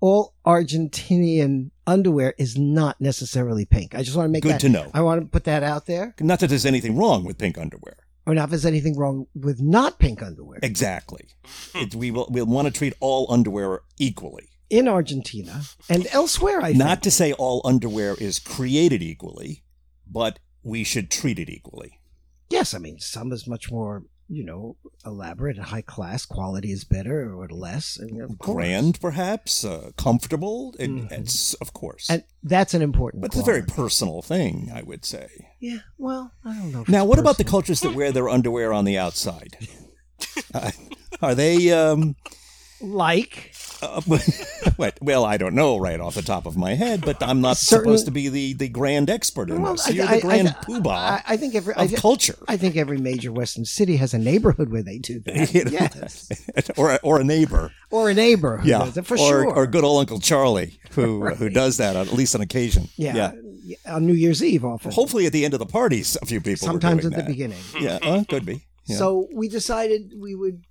Speaker 2: all Argentinian underwear is not necessarily pink. I just want to make
Speaker 3: Good
Speaker 2: that,
Speaker 3: to know.
Speaker 2: I want to put that out there.
Speaker 3: Not that there's anything wrong with pink underwear.
Speaker 2: Or not if there's anything wrong with not pink underwear.
Speaker 3: Exactly. It, we will we'll want to treat all underwear equally.
Speaker 2: In Argentina and elsewhere, I
Speaker 3: Not
Speaker 2: think.
Speaker 3: to say all underwear is created equally, but we should treat it equally.
Speaker 2: Yes, I mean, some is much more, you know, elaborate and high class. Quality is better or less. And of course.
Speaker 3: Grand, perhaps, uh, comfortable, and,
Speaker 2: Mhm.
Speaker 3: and s- of course.
Speaker 2: And that's an important
Speaker 3: but it's a very
Speaker 2: quality.
Speaker 3: personal thing, I would say.
Speaker 2: Yeah, well, I don't know. if
Speaker 3: Now,
Speaker 2: it's
Speaker 3: what about the
Speaker 2: personal.
Speaker 3: cultures that wear their underwear on the outside? Uh, are they? Um,
Speaker 2: Like.
Speaker 3: uh, what? Well, I don't know right off the top of my head, but I'm not
Speaker 2: Certain-
Speaker 3: supposed to be the, the grand expert in
Speaker 2: Well,
Speaker 3: this.
Speaker 2: I-
Speaker 3: You're
Speaker 2: I- I-
Speaker 3: the grand
Speaker 2: I-
Speaker 3: poobah
Speaker 2: I, I think every.
Speaker 3: Ah.
Speaker 2: I,
Speaker 3: of culture,
Speaker 2: I think every major Western city has a neighborhood where they do that.
Speaker 3: You know?
Speaker 2: Yes.
Speaker 3: or a- or a neighbor.
Speaker 2: Or a neighborhood.
Speaker 3: yeah,
Speaker 2: For
Speaker 3: or,
Speaker 2: sure.
Speaker 3: or good old Uncle Charlie, who who does that on, at least on occasion.
Speaker 2: yeah. on New Year's Eve often.
Speaker 3: Hopefully, at the end of the parties, a few people.
Speaker 2: sometimes
Speaker 3: were doing
Speaker 2: at the
Speaker 3: that.
Speaker 2: beginning.
Speaker 3: Yeah, uh, could be. Yeah.
Speaker 2: So we decided we would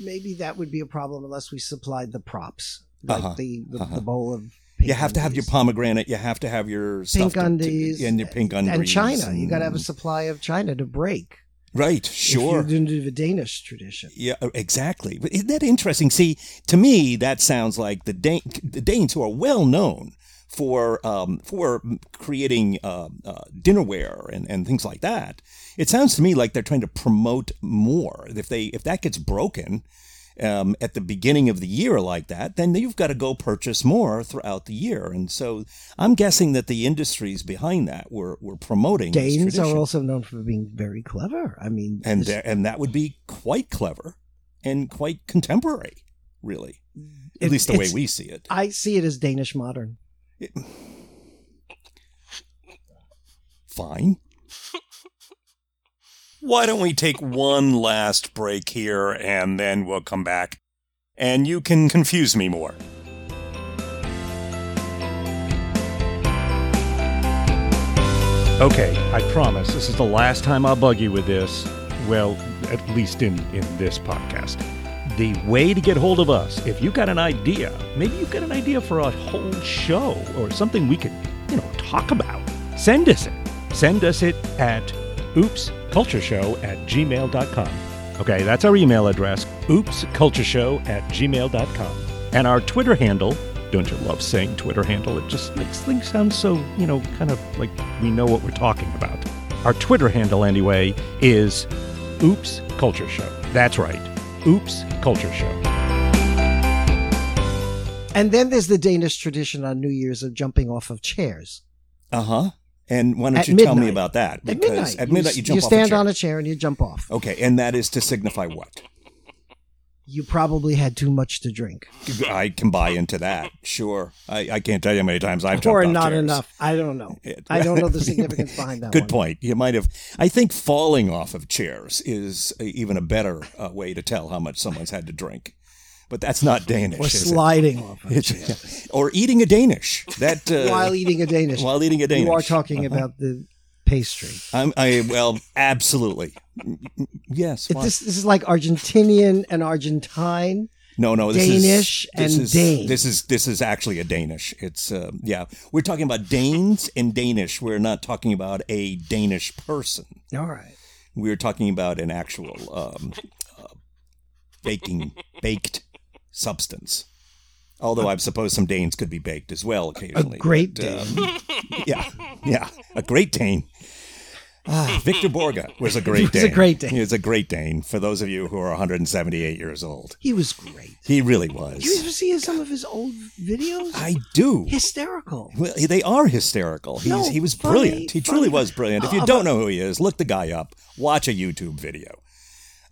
Speaker 2: maybe that would be a problem unless we supplied the props, like
Speaker 3: Uh-huh.
Speaker 2: the the,
Speaker 3: Uh-huh.
Speaker 2: the bowl of.
Speaker 3: you have to have your
Speaker 2: undies.
Speaker 3: pomegranate. You have to have your
Speaker 2: Pink
Speaker 3: stuff to- to-
Speaker 2: undies
Speaker 3: and your pink undies
Speaker 2: and China. You got to have a
Speaker 3: and-
Speaker 2: supply of China to break.
Speaker 3: right.
Speaker 2: if
Speaker 3: Sure.
Speaker 2: you're into the Danish tradition.
Speaker 3: Yeah, uh, exactly. But isn't that interesting? See, to me, that sounds like the, Dan- the Danes, who are well known for um, for creating uh, uh, dinnerware and, and things like that. It sounds to me like they're trying to promote more. If they if that gets broken um, at the beginning of the year like that, then you've got to go purchase more throughout the year. And so I'm guessing that the industries behind that were were promoting this
Speaker 2: Danes are
Speaker 3: tradition.
Speaker 2: also known for being very clever. I mean,
Speaker 3: and
Speaker 2: this-
Speaker 3: there, and that would be quite clever and quite contemporary, really. At
Speaker 2: it-
Speaker 3: least the way
Speaker 2: it's-
Speaker 3: we see it.
Speaker 2: I see it as Danish modern.
Speaker 3: Fine. Why don't we take one last break here, and then we'll come back, and you can confuse me more.
Speaker 1: Okay, I promise this is the last time I'll bug you with this. Well, at least in, in this podcast. The way to get hold of us, if you got an idea, maybe you've got an idea for a whole show or something we could, you know, talk about, send us it. Send us it at oopscultureshow at gmail.com. Okay, that's our email address, oopscultureshow at gmail.com. And our Twitter handle, don't you love saying Twitter handle? It just makes things sound so, you know, kind of like we know what we're talking about. Our Twitter handle, anyway, is Oops Culture Show. That's right, Oops Culture Show.
Speaker 2: And then there's the Danish tradition on New Year's of jumping off of chairs.
Speaker 3: Uh huh. And why don't
Speaker 2: At
Speaker 3: you tell me
Speaker 2: midnight.
Speaker 3: about that?
Speaker 2: At
Speaker 3: Because
Speaker 2: midnight,
Speaker 3: at midnight you,
Speaker 2: s-
Speaker 3: jump off
Speaker 2: stand
Speaker 3: a chair. Oh.
Speaker 2: on a chair and you jump off.
Speaker 3: Okay, and that is to signify what?
Speaker 2: You probably had too much to drink,
Speaker 3: I can buy into that. Sure. I, I can't tell you how many times I've jumped
Speaker 2: or
Speaker 3: off
Speaker 2: not
Speaker 3: chairs.
Speaker 2: enough. I don't know.
Speaker 3: It-
Speaker 2: I don't know the significance behind that.
Speaker 3: Good
Speaker 2: one.
Speaker 3: point. You might have. I think falling off of chairs is a, even a better uh, way to tell how much someone's had to drink, but that's not Danish.
Speaker 2: Or
Speaker 3: is it?
Speaker 2: sliding off of a
Speaker 3: It's-
Speaker 2: chair
Speaker 3: or eating a Danish. That uh,
Speaker 2: while eating a Danish.
Speaker 3: while eating a Danish. Uh-huh.
Speaker 2: You are talking about the pastry.
Speaker 3: I'm, I well, absolutely. Yes.
Speaker 2: If
Speaker 3: why-
Speaker 2: This, this is like Argentinian and Argentine.
Speaker 3: No, no, this
Speaker 2: Danish
Speaker 3: is, this
Speaker 2: and
Speaker 3: is,
Speaker 2: Dane.
Speaker 3: This is this is actually a Danish. It's uh, yeah, we're talking about Danes and Danish. We're not talking about a Danish person.
Speaker 2: All right.
Speaker 3: we were talking about an actual um, uh, baking baked substance. Although I suppose some Danes could be baked as well occasionally.
Speaker 2: great
Speaker 3: um, yeah, yeah, a great Dane. Ah, Victor Borga was a great
Speaker 2: He
Speaker 3: Dane.
Speaker 2: was a great Dane.
Speaker 3: He was a great Dane. For those of you who are 178 years old,
Speaker 2: He was great.
Speaker 3: he really
Speaker 2: You ever
Speaker 3: was.
Speaker 2: see his- some of his old videos?
Speaker 3: I do.
Speaker 2: Hysterical.
Speaker 3: Well, they are hysterical. He's,
Speaker 2: No,
Speaker 3: he was
Speaker 2: funny,
Speaker 3: brilliant. He truly
Speaker 2: funny.
Speaker 3: was brilliant. If you
Speaker 2: Uh,
Speaker 3: don't know who he is, look the guy up. Watch a YouTube video.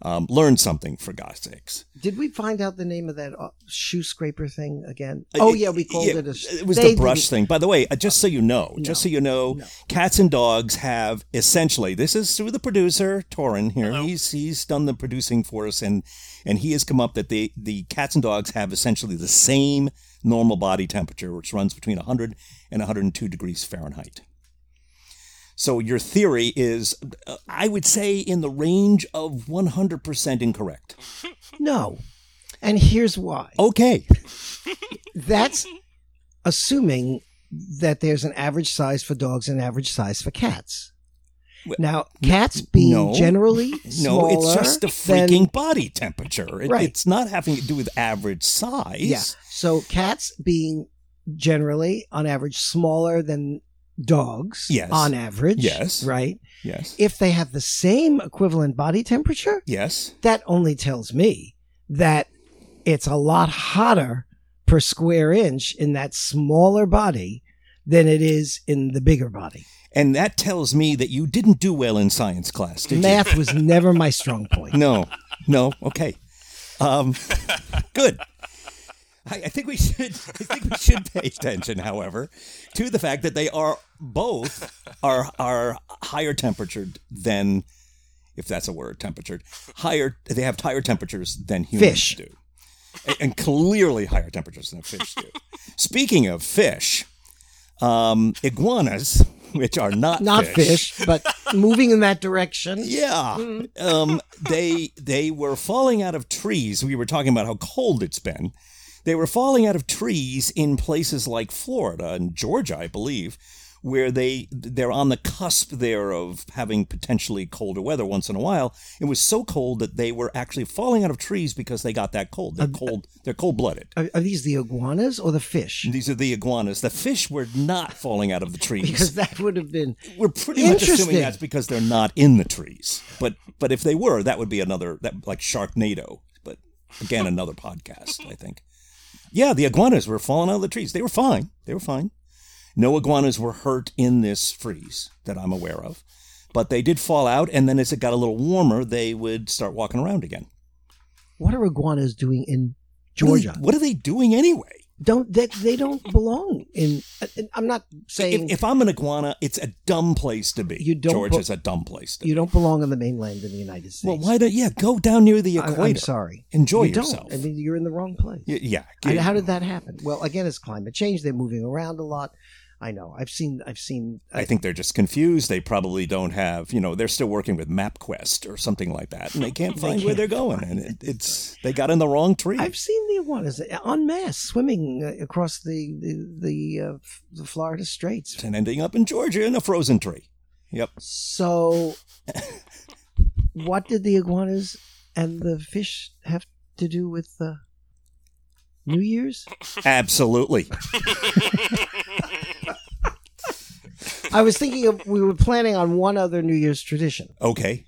Speaker 3: Um, learn something for God's sakes.
Speaker 2: Did we find out the name of that uh, shoe scraper thing again? Oh yeah, we called
Speaker 3: Uh, Yeah,
Speaker 2: it a.
Speaker 3: was
Speaker 2: they
Speaker 3: the brush
Speaker 2: didn't-
Speaker 3: thing. By the way, uh, just so you know, just so you know, cats and dogs have essentially. This is through the producer Torin here. He's he's done the producing for us, and and he has come up that the the cats and dogs have essentially the same normal body temperature, which runs between 100 and 102 degrees Fahrenheit. So your theory is, uh, I would say, in the range of 100% incorrect.
Speaker 2: No, and here's why.
Speaker 3: Oh. Okay.
Speaker 2: That's assuming that there's an average size for dogs and an average size for cats.
Speaker 3: Well,
Speaker 2: Now, cats being
Speaker 3: no.
Speaker 2: generally
Speaker 3: No,
Speaker 2: smaller
Speaker 3: it's just the
Speaker 2: than-
Speaker 3: freaking body temperature. It,
Speaker 2: Right.
Speaker 3: It's not having to do with average size.
Speaker 2: yeah. So cats being generally, on average, smaller than dogs.
Speaker 3: Yes.
Speaker 2: On average.
Speaker 3: Yes.
Speaker 2: Right.
Speaker 3: Yes.
Speaker 2: If they have the same equivalent body temperature,
Speaker 3: yes.
Speaker 2: that only tells me that it's a lot hotter per square inch in that smaller body than it is in the bigger body.
Speaker 3: And that tells me that you didn't do well in science class, did
Speaker 2: Math was never my strong
Speaker 3: you?
Speaker 2: point.
Speaker 3: No. No. Okay. Um, good. I, I think we should. I think we should pay attention, however, to the fact that they are both are are higher temperatured than, if that's a word, temperatured. Higher. They have higher temperatures than humans
Speaker 2: Fish.
Speaker 3: do. and, and clearly higher temperatures than fish do. Speaking of fish, um, iguanas, which are not
Speaker 2: Not fish, but moving in that direction.
Speaker 3: Yeah,
Speaker 2: Mm.
Speaker 3: um, they they were falling out of trees. We were talking about how cold it's been. They were falling out of trees in places like Florida and Georgia, I believe, where they they're on the cusp there of having potentially colder weather once in a while. It was so cold that they were actually falling out of trees because they got that cold. They're cold. They're cold blooded.
Speaker 2: Are, are these the iguanas or the fish?
Speaker 3: These are the iguanas. The fish were not falling out of the trees.
Speaker 2: Because that would have been
Speaker 3: We're pretty much assuming
Speaker 2: Interesting.
Speaker 3: that's because they're not in the trees. But but if they were, that would be another that like Sharknado. But again, another podcast, I think. Yeah, the iguanas were falling out of the trees. They were fine. They were fine. No iguanas were hurt in this freeze that I'm aware of. But they did fall out, and then as it got a little warmer, they would start walking around again.
Speaker 2: what are iguanas doing in
Speaker 3: What are they-
Speaker 2: Georgia?
Speaker 3: What are they, doing anyway?
Speaker 2: Don't they? They don't belong in. and I'm not
Speaker 3: If,
Speaker 2: saying
Speaker 3: if I'm an iguana, it's a dumb place to be.
Speaker 2: You don't put-
Speaker 3: Georgia's a dumb place to be.
Speaker 2: you don't belong on the mainland in the United States.
Speaker 3: Well, why don't yeah go down near the
Speaker 2: I,
Speaker 3: equator?
Speaker 2: I'm sorry.
Speaker 3: Enjoy
Speaker 2: You
Speaker 3: yourself.
Speaker 2: Don't. I mean, you're in the wrong place.
Speaker 3: Y- yeah.
Speaker 2: And how did that happen? Well, again, it's climate change. They're moving around a lot. I know. I've seen. I've seen.
Speaker 3: I think they're just confused. They probably don't have, you know, they're still working with MapQuest or something like that, and they can't find where
Speaker 2: can't
Speaker 3: they're going. And it, it's they got in the wrong tree.
Speaker 2: I've seen the iguanas en masse swimming uh, across the the the, uh, f- the Florida Straits.
Speaker 3: and ending up in Georgia in a frozen tree. Yep.
Speaker 2: So, what did the iguanas and the fish have to do with uh, New Year's?
Speaker 3: Absolutely.
Speaker 2: I was thinking of we were planning on one other New Year's tradition
Speaker 3: Okay.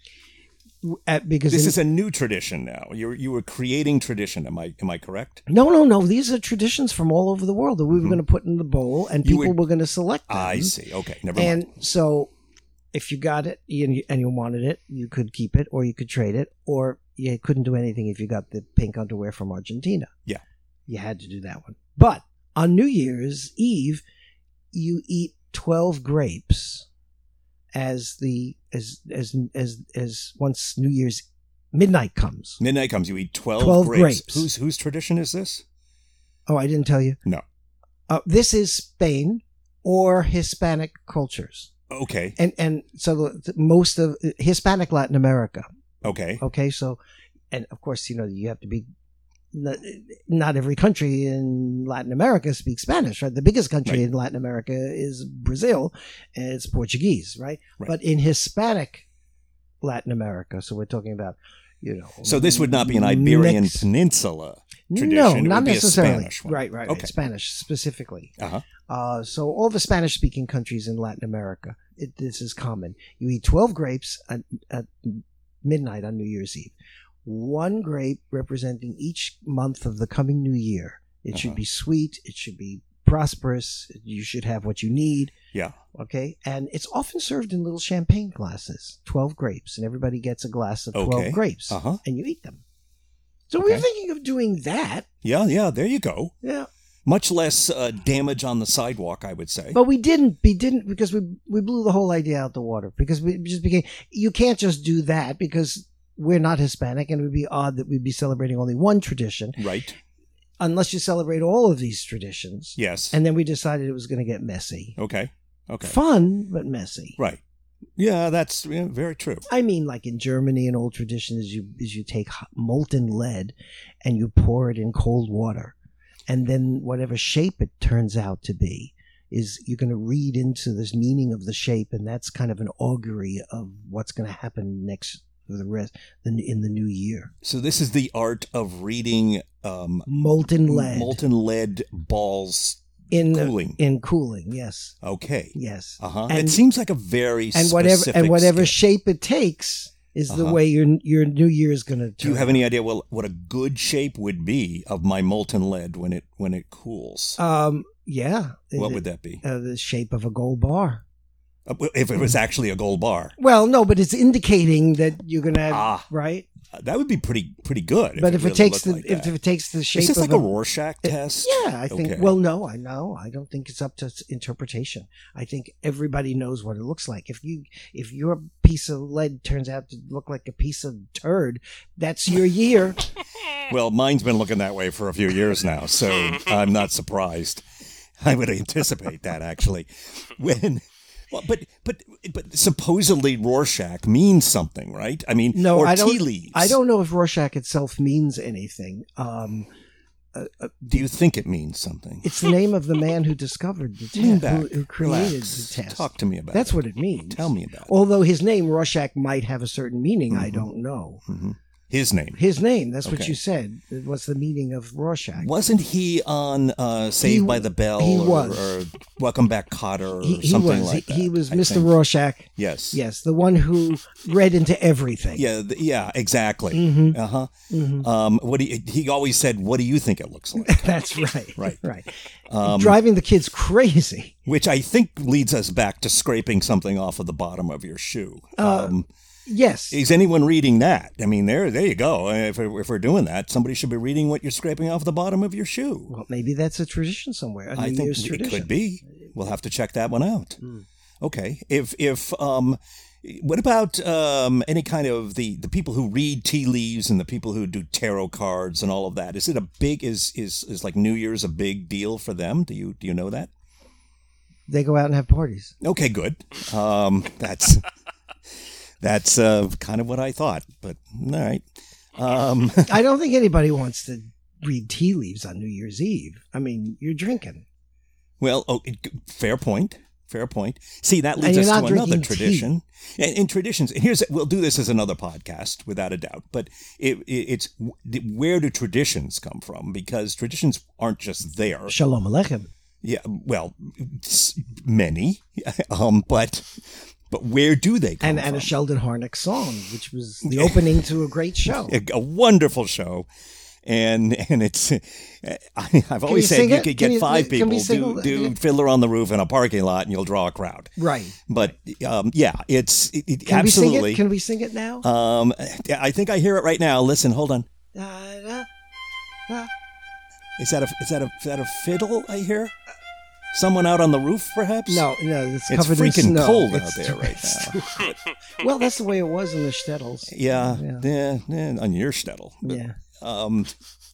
Speaker 2: w- at, because
Speaker 3: This
Speaker 2: in-
Speaker 3: is a new tradition now. You you were creating tradition. Am I am I correct?
Speaker 2: no, no, no. These are traditions from all over the world that we were going to put in the bowl, and
Speaker 3: Mm-hmm. You
Speaker 2: people
Speaker 3: would-
Speaker 2: were going to select. Them.
Speaker 3: I see. Okay. Never mind.
Speaker 2: And so, if you got it and you, and you wanted it, you could keep it, or you could trade it, or you couldn't do anything if you got the pink underwear from Argentina.
Speaker 3: Yeah.
Speaker 2: you had to do that one. But on New Year's Eve, you eat twelve grapes as the as as as as once New Year's midnight comes.
Speaker 3: Midnight comes. You eat twelve,
Speaker 2: 12
Speaker 3: grapes.
Speaker 2: grapes.
Speaker 3: Whose whose tradition is this?
Speaker 2: Oh, I didn't tell you.
Speaker 3: No.
Speaker 2: Uh, this is Spain or Hispanic cultures.
Speaker 3: Okay.
Speaker 2: and and so the, the- most of Hispanic Latin America.
Speaker 3: Okay.
Speaker 2: Okay, so and of course you know you have to be not, not every country in Latin America speaks Spanish, right? The biggest country
Speaker 3: Right.
Speaker 2: in Latin America is Brazil, and it's Portuguese, right?
Speaker 3: Right.
Speaker 2: But in Hispanic Latin America, so we're talking about you know.
Speaker 3: So this would not be an Iberian
Speaker 2: Mex-
Speaker 3: Peninsula. tradition.
Speaker 2: No,
Speaker 3: It would
Speaker 2: not
Speaker 3: be a
Speaker 2: necessarily.
Speaker 3: Spanish one.
Speaker 2: right, right, right.
Speaker 3: Okay.
Speaker 2: Spanish specifically.
Speaker 3: Uh huh.
Speaker 2: Uh, so all the Spanish-speaking countries in Latin America, it, this is common. You eat twelve grapes at, at midnight on New Year's Eve. One grape representing each month of the coming new year. It should
Speaker 3: Uh-huh.
Speaker 2: be sweet. It should be prosperous. You should have what you need.
Speaker 3: Yeah.
Speaker 2: Okay, and it's often served in little champagne glasses. Twelve grapes, and everybody gets a glass of twelve
Speaker 3: Okay.
Speaker 2: grapes,
Speaker 3: Uh huh.
Speaker 2: and you eat them. So we we're
Speaker 3: Okay.
Speaker 2: thinking of doing that.
Speaker 3: Yeah, yeah, there you go.
Speaker 2: Yeah,
Speaker 3: Much less uh, damage on the sidewalk, I would say.
Speaker 2: But we didn't. We didn't because we we blew the whole idea out the water because we just became. You can't just do that because we're not Hispanic, and it would be odd that we'd be celebrating only one tradition
Speaker 3: right?
Speaker 2: unless you celebrate all of these traditions.
Speaker 3: Yes.
Speaker 2: And then we decided it was going to get messy,
Speaker 3: okay. Okay.
Speaker 2: fun but messy.
Speaker 3: Right. Yeah, that's yeah, very true.
Speaker 2: I mean, like in Germany, an old tradition is you is you take hot- molten lead and you pour it in cold water, and then whatever shape it turns out to be is you're going to read into this meaning of the shape, and that's kind of an augury of what's going to happen next for the rest in, in the new year.
Speaker 3: So this is the art of reading um,
Speaker 2: Molten lead
Speaker 3: molten lead balls
Speaker 2: in
Speaker 3: cooling.
Speaker 2: in cooling, yes,
Speaker 3: Okay.
Speaker 2: yes,
Speaker 3: Uh huh. It
Speaker 2: And-
Speaker 3: seems like a very
Speaker 2: and whatever and
Speaker 3: specific
Speaker 2: whatever
Speaker 3: skill.
Speaker 2: shape it takes is the
Speaker 3: Uh-huh.
Speaker 2: way your your new year is going to.
Speaker 3: Do you have any idea what what a good shape would be of my molten lead when it when it cools?
Speaker 2: Um. Yeah.
Speaker 3: what
Speaker 2: It-
Speaker 3: would that be?
Speaker 2: uh, the shape of a gold bar.
Speaker 3: Uh, if it was actually a gold bar,
Speaker 2: Well, no, but it's indicating that you're gonna have
Speaker 3: Ah.
Speaker 2: right.
Speaker 3: that would be pretty pretty good.
Speaker 2: but
Speaker 3: it
Speaker 2: if it,
Speaker 3: really
Speaker 2: takes
Speaker 3: looked
Speaker 2: the
Speaker 3: like
Speaker 2: if,
Speaker 3: that.
Speaker 2: if it takes the shape
Speaker 3: Is this
Speaker 2: of
Speaker 3: like a, Rorschach
Speaker 2: it-
Speaker 3: test?
Speaker 2: yeah, I think.
Speaker 3: Okay.
Speaker 2: Well, no, I know. I don't think it's up to s- interpretation. I think everybody knows what it looks like. If you if your piece of lead turns out to look like a piece of turd, that's your year.
Speaker 3: Well, mine's been looking that way for a few years now, so I'm not surprised. I would anticipate that actually. When well, but but but supposedly Rorschach means something, right? I mean,
Speaker 2: No,
Speaker 3: or
Speaker 2: I don't.
Speaker 3: tea leaves.
Speaker 2: I don't know if Rorschach itself means anything. Um,
Speaker 3: Do you think it means something?
Speaker 2: it's the name of the man who discovered the
Speaker 3: Lean
Speaker 2: test,
Speaker 3: back,
Speaker 2: who, who created
Speaker 3: relax,
Speaker 2: the test.
Speaker 3: Talk to me about.
Speaker 2: That's
Speaker 3: it.
Speaker 2: what it means.
Speaker 3: Tell me about. it.
Speaker 2: Although his name Rorschach might have a certain meaning, I
Speaker 3: Mhm.
Speaker 2: don't know.
Speaker 3: His name
Speaker 2: His name. That's what
Speaker 3: Okay.
Speaker 2: you said. What's the meaning of Rorschach?
Speaker 3: wasn't he on uh, Saved
Speaker 2: He-
Speaker 3: by the Bell?
Speaker 2: he
Speaker 3: or,
Speaker 2: was.
Speaker 3: or Welcome Back, Cotter, or
Speaker 2: He, he
Speaker 3: something
Speaker 2: was.
Speaker 3: like
Speaker 2: he,
Speaker 3: that.
Speaker 2: he was
Speaker 3: I
Speaker 2: Mr.
Speaker 3: think.
Speaker 2: Rorschach.
Speaker 3: Yes.
Speaker 2: Yes, the one who read into everything.
Speaker 3: Yeah. th- yeah. Exactly.
Speaker 2: Mhm.
Speaker 3: Uh huh.
Speaker 2: Mhm.
Speaker 3: Um, what do you, he always said? What do you think it looks like?
Speaker 2: That's right.
Speaker 3: Right.
Speaker 2: Right.
Speaker 3: Um,
Speaker 2: Driving the kids crazy.
Speaker 3: which I think leads us back to scraping something off of the bottom of your shoe. um,
Speaker 2: Yes.
Speaker 3: is anyone reading that? I mean, there, there you go. If, we're- if we're doing that, somebody should be reading what you're scraping off the bottom of your shoe.
Speaker 2: Well, maybe that's a tradition somewhere. A New
Speaker 3: I think
Speaker 2: Year's
Speaker 3: it
Speaker 2: tradition. Hmm.
Speaker 3: could be. We'll have to check that one out. Okay. If if um, what about um any kind of the the people who read tea leaves and the people who do tarot cards and all of that? Is it a big is is is like New Year's a big deal for them? Do you do you know that?
Speaker 2: They go out and have parties.
Speaker 3: Okay, good. Um, that's that's uh, kind of what I thought, but all right. Um,
Speaker 2: I don't think anybody wants to read tea leaves on New Year's Eve. I mean, you're drinking.
Speaker 3: well, oh, it- fair point. Fair point. See, that
Speaker 2: And
Speaker 3: leads
Speaker 2: you're
Speaker 3: us
Speaker 2: not
Speaker 3: to another
Speaker 2: drinking tea.
Speaker 3: tradition. And in traditions, and here's we'll do this as another podcast without a doubt. But it, it, it's where do traditions come from? Because traditions aren't just there.
Speaker 2: Shalom Aleichem.
Speaker 3: Yeah, well, s- many, um, but but where do they come
Speaker 2: And,
Speaker 3: from?
Speaker 2: and a Sheldon Harnick song, which was the opening to a great show.
Speaker 3: a, a wonderful show. And and it's I, I've always
Speaker 2: you
Speaker 3: said
Speaker 2: sing
Speaker 3: you
Speaker 2: it?
Speaker 3: could
Speaker 2: Can
Speaker 3: get
Speaker 2: you-
Speaker 3: five
Speaker 2: can we
Speaker 3: people
Speaker 2: sing
Speaker 3: do
Speaker 2: it?
Speaker 3: do Fiddler on the Roof in a parking lot and you'll draw a crowd.
Speaker 2: Right.
Speaker 3: But um, yeah, it's it, it-
Speaker 2: Can we sing
Speaker 3: absolutely.
Speaker 2: it? Can we sing it now?
Speaker 3: um, I think I hear it right now. Listen, hold on.
Speaker 2: Da, da, da.
Speaker 3: Is that a is that a is that a fiddle I hear? Someone out on the roof, perhaps?
Speaker 2: No, no, it's
Speaker 3: it's
Speaker 2: covered in
Speaker 3: freaking
Speaker 2: snow.
Speaker 3: cold out
Speaker 2: It's-
Speaker 3: there right
Speaker 2: it's-
Speaker 3: now.
Speaker 2: Well, that's the way it was in the shtetls.
Speaker 3: Yeah,
Speaker 2: Yeah.
Speaker 3: yeah, yeah, on your shtetl.
Speaker 2: Yeah.
Speaker 3: Um,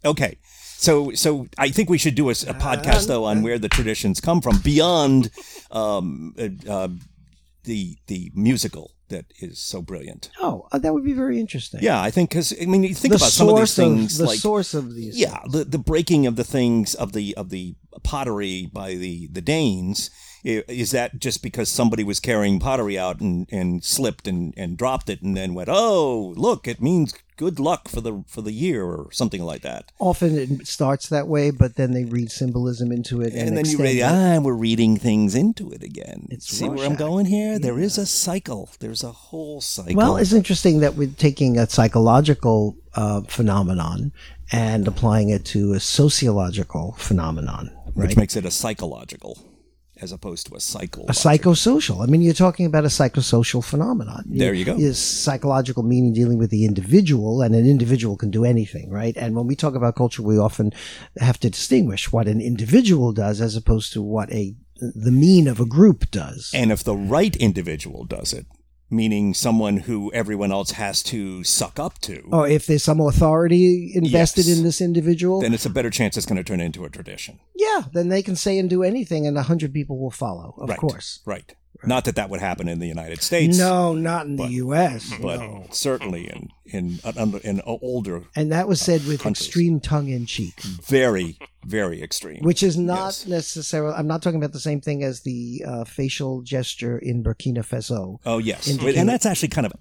Speaker 3: okay. So, so I think we should do a, s- a
Speaker 2: Uh,
Speaker 3: podcast though on where the traditions come from beyond um, uh, uh, the the musical that is so brilliant.
Speaker 2: Oh, uh, that would be very interesting.
Speaker 3: Yeah, I think because I mean, you think
Speaker 2: the
Speaker 3: about
Speaker 2: source
Speaker 3: some of these things
Speaker 2: of, the
Speaker 3: like
Speaker 2: source of these.
Speaker 3: yeah, the, the breaking of the things of the of the pottery by the the Danes. i- Is that just because somebody was carrying pottery out and, and slipped and, and dropped it and then went, oh look, it means good luck for the for the year or something like that.
Speaker 2: Often it starts that way, but then they read symbolism into it, and,
Speaker 3: and, then you
Speaker 2: extend
Speaker 3: read,
Speaker 2: it.
Speaker 3: ah, we're reading things into it again.
Speaker 2: It's
Speaker 3: See where I'm
Speaker 2: Rorschach.
Speaker 3: going here? There is a cycle. There's a whole cycle.
Speaker 2: Well, it's interesting that we're taking a psychological uh, phenomenon and applying it to a sociological phenomenon, right?
Speaker 3: which makes it a psychological as opposed to a cycle.
Speaker 2: a psychosocial. I mean, you're talking about a psychosocial phenomenon.
Speaker 3: There you go.
Speaker 2: Is psychological meaning dealing with the individual, and an individual can do anything, right? And when we talk about culture, we often have to distinguish what an individual does as opposed to what a the mean of a group does.
Speaker 3: And if the right individual does it, meaning someone who everyone else has to suck up to,
Speaker 2: or if there's some authority invested
Speaker 3: Yes.
Speaker 2: in this individual,
Speaker 3: then it's a better chance it's going to turn into a tradition.
Speaker 2: yeah, then they can say and do anything, and a hundred people will follow. Of
Speaker 3: right.
Speaker 2: course.
Speaker 3: Right. Not that that would happen in the United States.
Speaker 2: no, not in
Speaker 3: but-
Speaker 2: the U.S.
Speaker 3: But
Speaker 2: no.
Speaker 3: certainly in in an in older,
Speaker 2: And that was said with
Speaker 3: Countries.
Speaker 2: extreme tongue in cheek.
Speaker 3: very very extreme.
Speaker 2: which is not
Speaker 3: Yes.
Speaker 2: necessarily. I'm not talking about the same thing as the uh, facial gesture in Burkina Faso.
Speaker 3: Oh yes,
Speaker 2: Indicate-
Speaker 3: and that's actually kind of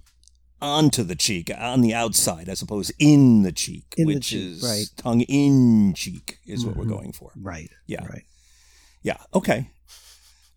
Speaker 3: onto the cheek, on the outside, I suppose, in the cheek,
Speaker 2: In the
Speaker 3: which
Speaker 2: cheek,
Speaker 3: is
Speaker 2: right. Mm-hmm.
Speaker 3: tongue in cheek is what we're going for.
Speaker 2: Right.
Speaker 3: Yeah.
Speaker 2: Right.
Speaker 3: Yeah. Okay.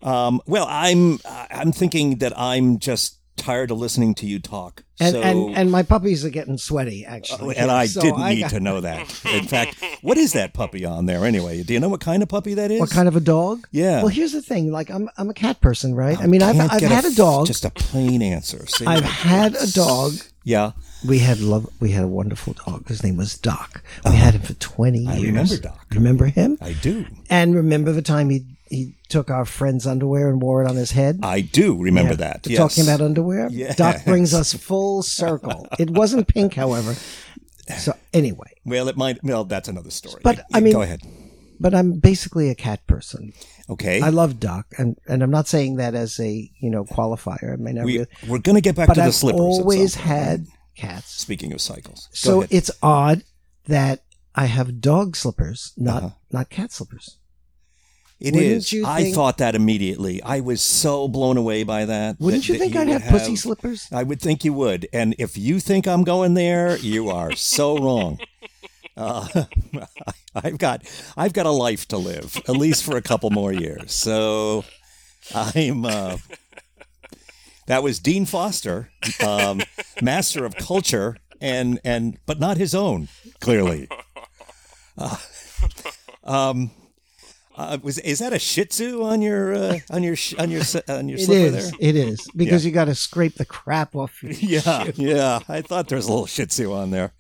Speaker 3: Um, well, I'm I- I'm thinking that I'm just tired of listening to you talk.
Speaker 2: And,
Speaker 3: so,
Speaker 2: and and my puppies are getting sweaty
Speaker 3: Oh,
Speaker 2: actually.
Speaker 3: and I
Speaker 2: So
Speaker 3: didn't need
Speaker 2: got-
Speaker 3: to know that. In fact, what is that puppy on there anyway? Do you know what kind of puppy that is?
Speaker 2: What kind of a dog?
Speaker 3: Yeah.
Speaker 2: Well, here's the thing. Like I'm I'm a cat person, right? I mean, I've I've had a, dog.
Speaker 3: Just a plain answer. See?
Speaker 2: I've had a dog.
Speaker 3: yeah.
Speaker 2: We had love. We had a wonderful dog. His name was Doc. We had him for 20 years.
Speaker 3: Uh-huh. I remember Doc. Uh-huh.
Speaker 2: Remember him?
Speaker 3: I do.
Speaker 2: And remember the time he he took our friend's underwear and wore it on his head.
Speaker 3: I do remember Uh, that.
Speaker 2: We're
Speaker 3: Yes.
Speaker 2: Talking about underwear,
Speaker 3: Yes.
Speaker 2: Doc brings us full circle. it wasn't pink, however. So anyway,
Speaker 3: Well, it might. Well, that's another story.
Speaker 2: But, I mean-
Speaker 3: go ahead.
Speaker 2: but I'm basically a cat person.
Speaker 3: Okay.
Speaker 2: I love Doc, and and I'm not saying that as a you know qualifier. I mean, I
Speaker 3: we,
Speaker 2: really,
Speaker 3: we're going to get back
Speaker 2: but
Speaker 3: to the
Speaker 2: I've
Speaker 3: slippers. at some
Speaker 2: always
Speaker 3: point.
Speaker 2: had cats.
Speaker 3: Speaking of cycles. Go
Speaker 2: So
Speaker 3: ahead.
Speaker 2: it's odd that I have dog slippers, not
Speaker 3: Uh-huh.
Speaker 2: not cat slippers.
Speaker 3: It
Speaker 2: Wouldn't
Speaker 3: is.
Speaker 2: you
Speaker 3: I
Speaker 2: think-
Speaker 3: thought that immediately. I was so blown away by that.
Speaker 2: Wouldn't
Speaker 3: that-
Speaker 2: you
Speaker 3: that
Speaker 2: think I'd
Speaker 3: would
Speaker 2: have, pussy slippers?
Speaker 3: I would think you would. And if you think I'm going there, you are so wrong. Uh, I've got I've got a life to live, at least for a couple more years. So I'm. Uh, that was Dean Foster, um, master of culture, and and but not his own, clearly. Uh, um, uh, was is that a Shih Tzu on your uh, on your sh- on your s- on your
Speaker 2: It
Speaker 3: slipper
Speaker 2: is.
Speaker 3: there?
Speaker 2: It is because you got to scrape the crap off. Your
Speaker 3: Yeah, yeah. I thought there was a little Shih Tzu on there.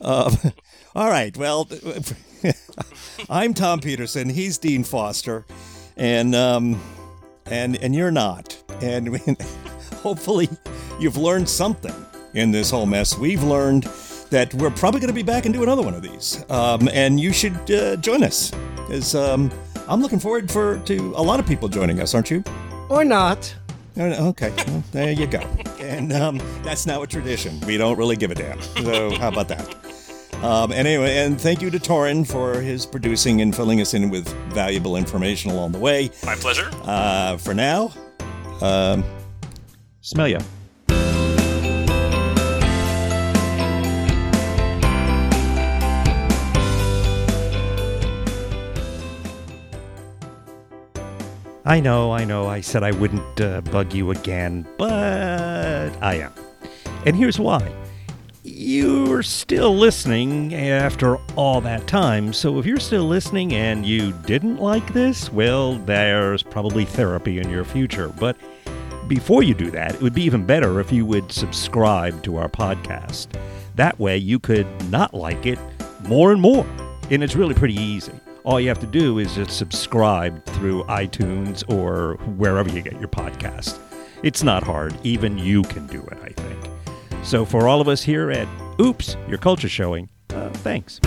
Speaker 3: Um, all right. Well, I'm Tom Peterson. He's Dean Foster, and um, and and you're not. And we- hopefully, you've learned something in this whole mess. We've learned that we're probably going to be back and do another one of these. Um, and you should uh, join us. As um, I'm looking forward for to a lot of people joining us, aren't you?
Speaker 2: or not.
Speaker 3: No, no, Okay, well, there you go. And um, that's now a tradition. We don't really give a damn. So how about that? Um, and anyway, and thank you to Torin for his producing and filling us in with valuable information along the way.
Speaker 4: My pleasure.
Speaker 3: Uh, for now, um,
Speaker 1: Smell ya. I know, I know, I said I wouldn't uh, bug you again, but I am. And here's why. You're still listening after all that time, so if you're still listening and you didn't like this, well, there's probably therapy in your future. But before you do that, it would be even better if you would subscribe to our podcast. That way, you could not like it more and more. And it's really pretty easy. All you have to do is just subscribe through iTunes or wherever you get your podcast. It's not hard. Even you can do it, I think. So, for all of us here at Oops, Your Culture Showing, uh, thanks.